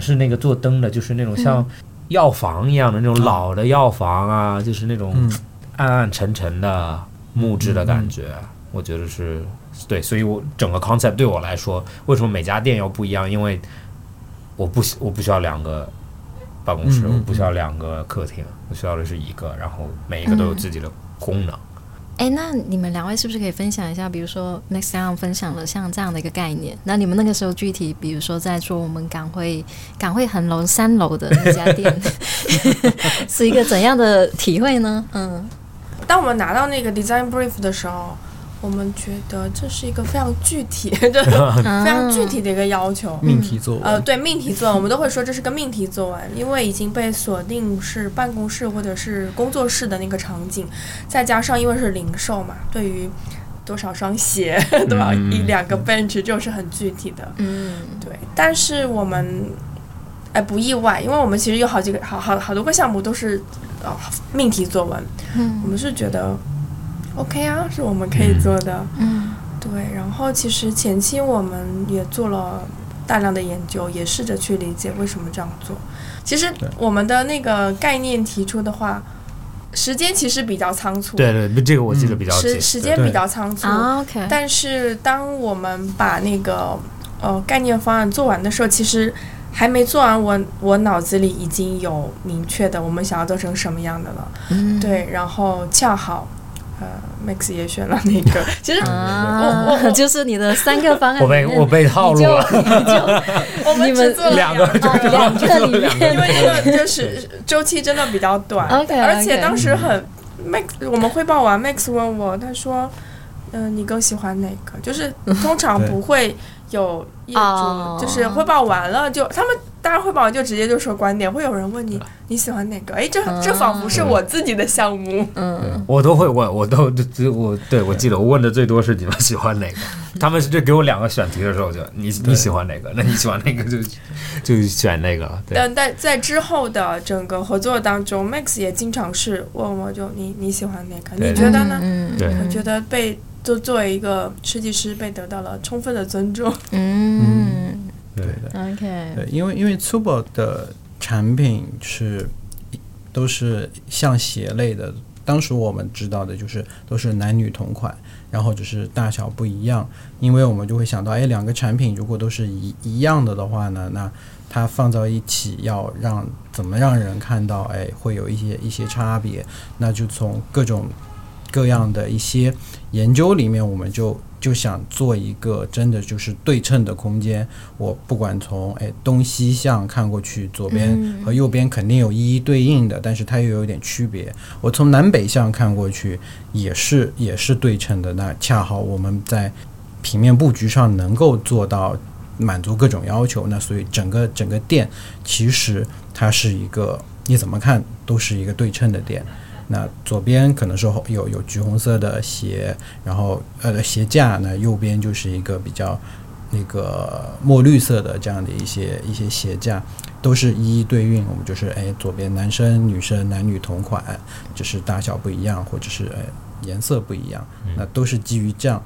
[SPEAKER 3] 是那个做灯的，就是那种
[SPEAKER 5] 嗯
[SPEAKER 3] 像药房一样的那种老的药房啊，就是那种
[SPEAKER 5] 嗯
[SPEAKER 3] 暗暗沉沉的木质的感觉，我觉得是对。所以我整个 concept 对我来说，为什么每家店要不一样？因为我不喜我不需要两个办公室，
[SPEAKER 5] 嗯嗯
[SPEAKER 3] 我不需要两个客厅，我需要的是一个，然后每一个都有自己的功能。
[SPEAKER 2] 哎，那你们两位是不是可以分享一下？比如说 Next Down 分享了像这样的一个概念，那你们那个时候具体，比如说在做我们港汇港汇恒隆三楼的那家店， 是一个怎样的体会呢？嗯，
[SPEAKER 4] 当我们拿到那个 design brief 的时候，我们觉得这是一个非常具体的、
[SPEAKER 2] 嗯
[SPEAKER 4] 非常具体的一个要求。
[SPEAKER 5] 命题作文，
[SPEAKER 4] 呃，对命题作文，我们都会说这是个命题作文，因为已经被锁定是办公室或者是工作室的那个场景，再加上因为是零售嘛，对于多少双鞋、 多少一
[SPEAKER 3] 嗯
[SPEAKER 4] 两个 bench 就是很具体的。
[SPEAKER 2] 嗯，
[SPEAKER 4] 对，但是我们哎不意外，因为我们其实有好几个好好好多个项目都是呃命题作文，
[SPEAKER 2] 嗯
[SPEAKER 4] 我们是觉得 OK 啊，是我们可以做的。
[SPEAKER 2] 嗯
[SPEAKER 4] 对，然后其实前期我们也做了大量的研究，也试着去理解为什么这样做。其实
[SPEAKER 5] 对
[SPEAKER 4] 我们的那个概念提出的话，时间其实比较仓促，
[SPEAKER 3] 对对，这个我记得比较紧。
[SPEAKER 4] 时时间
[SPEAKER 5] 对
[SPEAKER 4] 比较仓促，
[SPEAKER 2] 啊，OK，
[SPEAKER 4] 嗯但是当我们把那个呃概念方案做完的时候，其实还没做完我，我脑子里已经有明确的我们想要做成什么样的了。
[SPEAKER 2] 嗯，
[SPEAKER 4] 对，然后恰好呃，Max 也选了那个， 其
[SPEAKER 2] 嗯
[SPEAKER 4] 实我
[SPEAKER 2] 啊，
[SPEAKER 4] 我
[SPEAKER 2] 就是你的三个方案
[SPEAKER 3] 我
[SPEAKER 2] 里
[SPEAKER 3] 被
[SPEAKER 2] 面，
[SPEAKER 3] 我被套路了，
[SPEAKER 4] 我们
[SPEAKER 2] 你
[SPEAKER 4] 只
[SPEAKER 2] 们
[SPEAKER 4] 做了
[SPEAKER 3] 两
[SPEAKER 4] 个
[SPEAKER 3] 个，
[SPEAKER 2] 哦 两个里面
[SPEAKER 4] 因为这个就是周期真的比较 短
[SPEAKER 2] OK，OK
[SPEAKER 4] 而且当时很 Max，我们汇报完，Max 问我，他说：“嗯、你更喜欢哪个？”就是通常
[SPEAKER 5] 对
[SPEAKER 4] 不会有业
[SPEAKER 2] 哦
[SPEAKER 4] 主，就是汇报完了就他们。大家汇报完就直接就说观点，会有人问你你喜欢哪个？哎，这这仿佛是我自己的项目。
[SPEAKER 2] 嗯，
[SPEAKER 3] 我都会问，我都这我对我记得我问的最多是你们喜欢 哪个，他们是就给我两个选题的时候就你你喜欢哪个，那你喜欢哪个就就选那个了。对，
[SPEAKER 4] 但但在之后的整个合作当中，Max 也经常是问我就你你喜欢哪个？
[SPEAKER 3] 对
[SPEAKER 4] 你觉得呢？
[SPEAKER 2] 嗯，
[SPEAKER 3] 对
[SPEAKER 4] 我觉得被就作为一个设计师被得到了充分的 尊重。
[SPEAKER 2] 嗯
[SPEAKER 5] 对的。
[SPEAKER 2] ，OK，
[SPEAKER 5] 对，因为因为 Tubo 的产品是都是像鞋类的，当时我们知道的就是都是男女同款，然后只是大小不一样，因为我们就会想到，哎，两个产品如果都是一一样的的话呢，那它放到一起要让怎么让人看到，哎，会有一些一些差别，那就从各种各样的一些研究里面，我们就就想做一个真的就是对称的空间。我不管从哎东西向看过去，左边
[SPEAKER 2] 嗯
[SPEAKER 5] 和右边肯定有一一对应的，但是它又有一点区别。我从南北向看过去也是也是对称的，那恰好我们在平面布局上能够做到满足各种要求，那所以整个整个店其实它是一个你怎么看都是一个对称的店。那左边可能是红有有橘红色的鞋，然后呃鞋架，那右边就是一个比较那个墨绿色的这样的一些一些鞋架，都是一一对应。我们就是哎，左边男生女生男女同款，只是大小不一样，或者是哎颜色不一样，那都是基于这样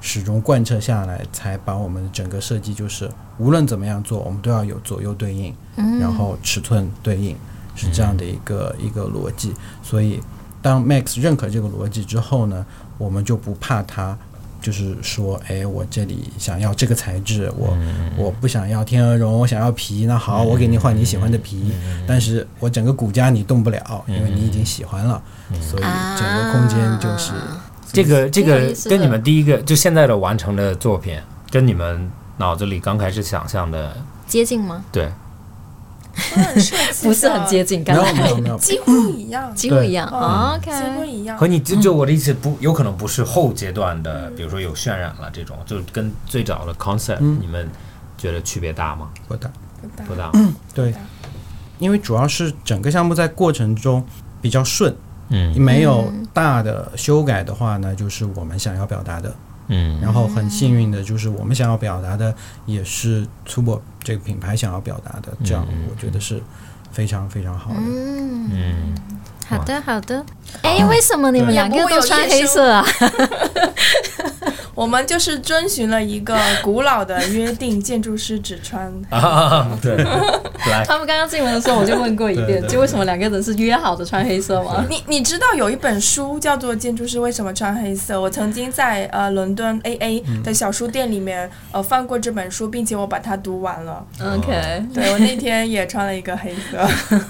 [SPEAKER 5] 始终贯彻下来，才把我们整个设计就是无论怎么样做，我们都要有左右对应，
[SPEAKER 2] 嗯
[SPEAKER 5] 然后尺寸对应，是这样的一个、一个逻辑。所以当 Max 认可这个逻辑之后呢，我们就不怕他。就是说，哎，我这里想要这个材质，我、我不想要天鹅绒，我想要皮。那好，我给你换你喜欢的皮，但是我整个骨架你动不了，因为你已经喜欢了，所以整个空间就是、
[SPEAKER 3] 这个这
[SPEAKER 2] 挺有
[SPEAKER 3] 个
[SPEAKER 2] 意思的
[SPEAKER 3] 跟你们第一个就现在的完成的作品，跟你们脑子里刚开始想象的，
[SPEAKER 2] 接近吗？
[SPEAKER 3] 对，
[SPEAKER 2] 不是很接近，
[SPEAKER 5] 没
[SPEAKER 2] 刚
[SPEAKER 5] 有没
[SPEAKER 2] 才
[SPEAKER 5] 有没有，
[SPEAKER 4] 几乎一样，
[SPEAKER 2] 几乎一样
[SPEAKER 4] 嗯
[SPEAKER 2] ，OK，
[SPEAKER 4] 几乎一样
[SPEAKER 3] 和。你就就我的意思不有可能不是后阶段的，比如说有渲染了这种，就是跟最早的 concept，你们觉得区别大吗？
[SPEAKER 5] 不大。
[SPEAKER 4] 不大
[SPEAKER 3] 不大。
[SPEAKER 5] 对，因为主要是整个项目在过程中比较顺，
[SPEAKER 3] 嗯
[SPEAKER 5] 没有大的修改的话呢，就是我们想要表达的。
[SPEAKER 3] 嗯
[SPEAKER 5] 然后很幸运的就是我们想要表达的也是 Tubo 这个品牌想要表达的，这样我觉得是非常非常好的。
[SPEAKER 2] 嗯，
[SPEAKER 3] 嗯，
[SPEAKER 2] 好的好的。哎，为什么你们
[SPEAKER 5] 对
[SPEAKER 2] 两个都穿黑色啊？
[SPEAKER 4] 我们就是遵循了一个古老的约定，建筑师只 穿。
[SPEAKER 3] 啊，对，来，
[SPEAKER 2] 他们刚刚进门的时候我就问过一
[SPEAKER 5] 对
[SPEAKER 2] 遍，
[SPEAKER 5] 对
[SPEAKER 2] 就为什么两个人是约好的穿黑色吗？
[SPEAKER 4] 你你知道有一本书叫做《建筑师为什么穿黑色》？我曾经在呃伦敦
[SPEAKER 3] 嗯
[SPEAKER 4] AA 的小书店里面呃翻过这本书，并且我把它读完了。
[SPEAKER 2] OK，
[SPEAKER 4] 对我那天也穿了一个黑色。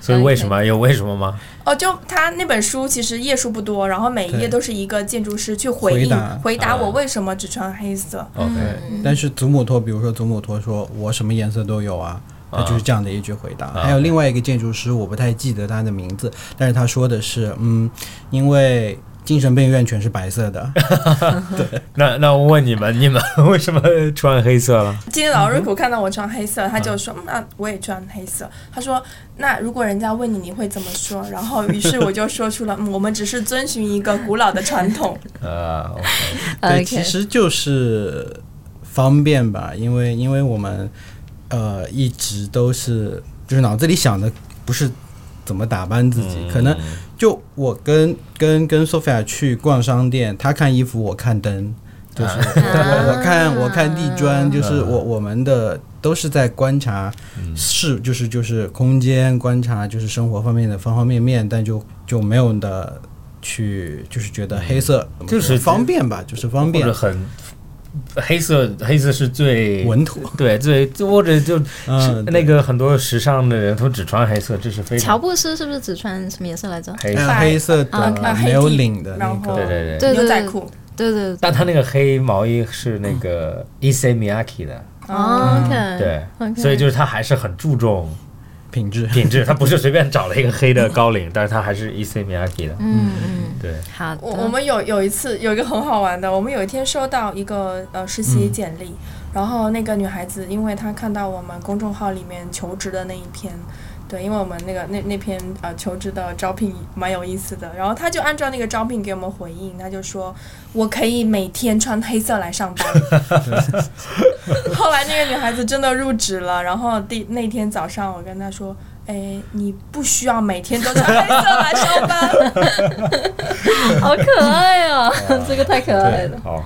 [SPEAKER 3] 所以为什么有为什么吗？
[SPEAKER 4] 哦，就他那本书其实页数不多，然后每一页
[SPEAKER 5] 对
[SPEAKER 4] 都是一个建筑师去回应
[SPEAKER 5] 回答
[SPEAKER 4] 回答我
[SPEAKER 3] 啊
[SPEAKER 4] 为什么只穿黑色。
[SPEAKER 3] OK，
[SPEAKER 2] 嗯
[SPEAKER 5] 对，但是祖母托，比如说祖母托说我什么颜色都有啊，他就是这样的一句回答。还有另外一个建筑师，我不太记得他的名字，但是他说的是，嗯，因为精神病院全是白色的，
[SPEAKER 3] 那那我问你们，你们 为什么穿黑色了？
[SPEAKER 4] 今天老瑞苦看到我穿黑色，他就说：“那我也穿黑色。”他说：“那如果人家问你，你会怎么说？”然后，于是我就说出了：“嗯，我们只是遵循一个古老的传统。
[SPEAKER 3] 呃，
[SPEAKER 5] 哦对，
[SPEAKER 2] OK，
[SPEAKER 5] 其实就是方便吧，因为因为我们呃一直都是就是脑子里想的不是怎么打扮自己，
[SPEAKER 3] 嗯
[SPEAKER 5] 可能就我跟跟跟 Sophia 去逛商店，她看衣服，我看灯，就是
[SPEAKER 3] 啊
[SPEAKER 5] 我我我看我看地砖，就是我我们的都是在观察
[SPEAKER 3] 嗯
[SPEAKER 5] 是就是就是空间观察，就是生活方面的方方面面，但就就没有的。去就是觉得黑色怎
[SPEAKER 3] 嗯
[SPEAKER 5] 么
[SPEAKER 3] 就是
[SPEAKER 5] 说方便吧，就是方
[SPEAKER 3] 或
[SPEAKER 5] 便
[SPEAKER 3] 者，很黑色，黑色是最
[SPEAKER 5] 稳妥。
[SPEAKER 3] 对最或者就
[SPEAKER 5] 嗯，
[SPEAKER 3] 那个很多时尚的人都只穿黑色，这是非
[SPEAKER 2] 乔
[SPEAKER 3] 常
[SPEAKER 2] 布斯是不是只穿什么颜色来着？
[SPEAKER 3] 黑色。
[SPEAKER 5] 呃
[SPEAKER 4] 白
[SPEAKER 5] 黑色
[SPEAKER 4] 啊
[SPEAKER 5] 的
[SPEAKER 4] 啊黑
[SPEAKER 5] 没有
[SPEAKER 4] 底
[SPEAKER 5] 领的那
[SPEAKER 4] 然后
[SPEAKER 5] 个，
[SPEAKER 3] 对对对，
[SPEAKER 2] 对
[SPEAKER 4] 牛仔裤
[SPEAKER 2] 对对对
[SPEAKER 3] 但他那个黑毛衣是那个 i s e Miyake 的，
[SPEAKER 5] 嗯
[SPEAKER 2] 哦，OK，
[SPEAKER 3] 对，
[SPEAKER 2] OK
[SPEAKER 3] 所以就是他还是很注重
[SPEAKER 5] 品质。
[SPEAKER 3] 品质，他不是随便找了一个黑的高领，但是他还是 i s e Miyake 的，
[SPEAKER 2] 嗯嗯，
[SPEAKER 3] 对，
[SPEAKER 2] 好的，
[SPEAKER 4] 我我们有有一次有一个很好玩的，我们有一天收到一个呃实习简历，然后那个女孩子因为她看到我们公众号里面求职的那一篇。对，因为我们那个那那篇呃求职的招聘蛮有意思的，然后她就按照那个招聘给我们回应，她就说我可以每天穿黑色来上班。 后来那个女孩子真的入职了，然后第那天早上我跟她说，哎，你不需要每天都穿黑色 来上 班。
[SPEAKER 2] 好可爱哦，这个太可爱了。
[SPEAKER 3] 好，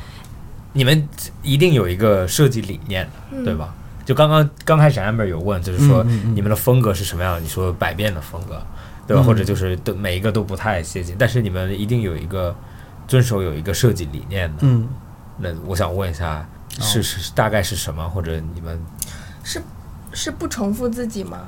[SPEAKER 3] 你们一定有一个设计理念的，对吧？就刚刚刚开始 Amber 有问，就是说你们的风格是什么样的？你说百变的风格，对吧？或者就是都每一个都不太接近，但是你们一定有一个遵守有一个设计理念的。
[SPEAKER 5] 嗯，
[SPEAKER 3] 那我想问一下，是是大概是什么？或者你们
[SPEAKER 4] 是不重复自己吗？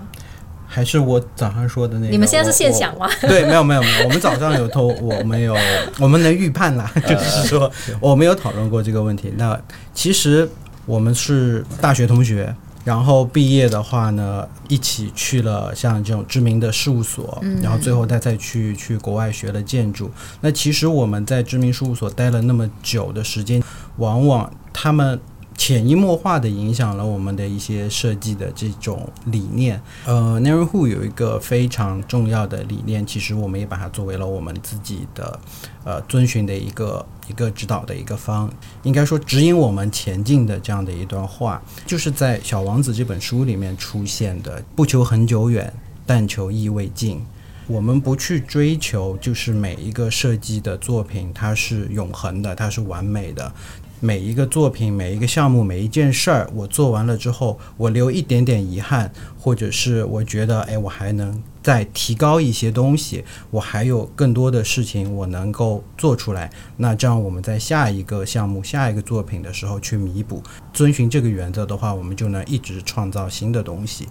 [SPEAKER 5] 还是我早上说的那个。
[SPEAKER 2] 你们现在是
[SPEAKER 5] 我
[SPEAKER 2] 现想？吗？
[SPEAKER 5] 我 对，没有没有没有，我们早上有偷， 我们有我们能预判啦，就是说我们有讨论过这个问题。那其实我们是大学同学。然后毕业的话呢，一起去了像这种知名的事务所，然后最后他再去去国外学了建筑。那其实我们在知名事务所待了那么久的时间，往往他们潜移默化的影响了我们的一些设计的这种理念。呃，Neighborhood 有一个非常重要的理念，其实我们也把它作为了我们自己的呃遵循的一个一个指导的一个方，应该说指引我们前进的这样的一段话，就是在《小王子》这本书里面出现的：不求很久远，但求意未尽。我们不去追求，就是每一个设计的作品它是永恒的，它是完美的。每一个作品、每一个项目、每一件事儿，我做完了之后，我留一点点遗憾，或者是我觉得，哎，我还能再提高一些东西，我还有更多的事情我能够做出来。那这样我们在下一个项目、下一个作品的时候去弥补。遵循这个原则的话，我们就能一直创造新的东西，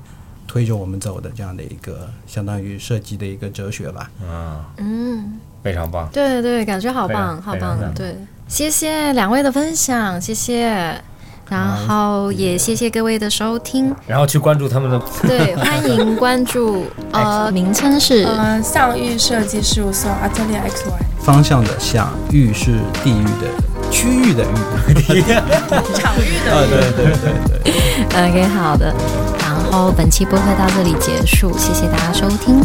[SPEAKER 5] 推着我们走的这样的一个相当于设计的一个哲学吧。
[SPEAKER 2] 嗯，
[SPEAKER 3] 非常棒，
[SPEAKER 2] 对对，感觉好
[SPEAKER 3] 非常
[SPEAKER 2] 棒，好
[SPEAKER 3] 非常赞
[SPEAKER 2] 棒。对，啊谢谢两位的分享，谢谢。然后也谢谢各位的收听，
[SPEAKER 3] 然后去关注他们的
[SPEAKER 2] 对，欢迎关注，呃，名称是
[SPEAKER 4] 嗯、上裕设计事务所 Atelier XY。
[SPEAKER 5] 方向的向，域是地域的区域的域。
[SPEAKER 4] 场域的域。
[SPEAKER 2] OK 好的。然后本期播客到这里结束，谢谢大家收听，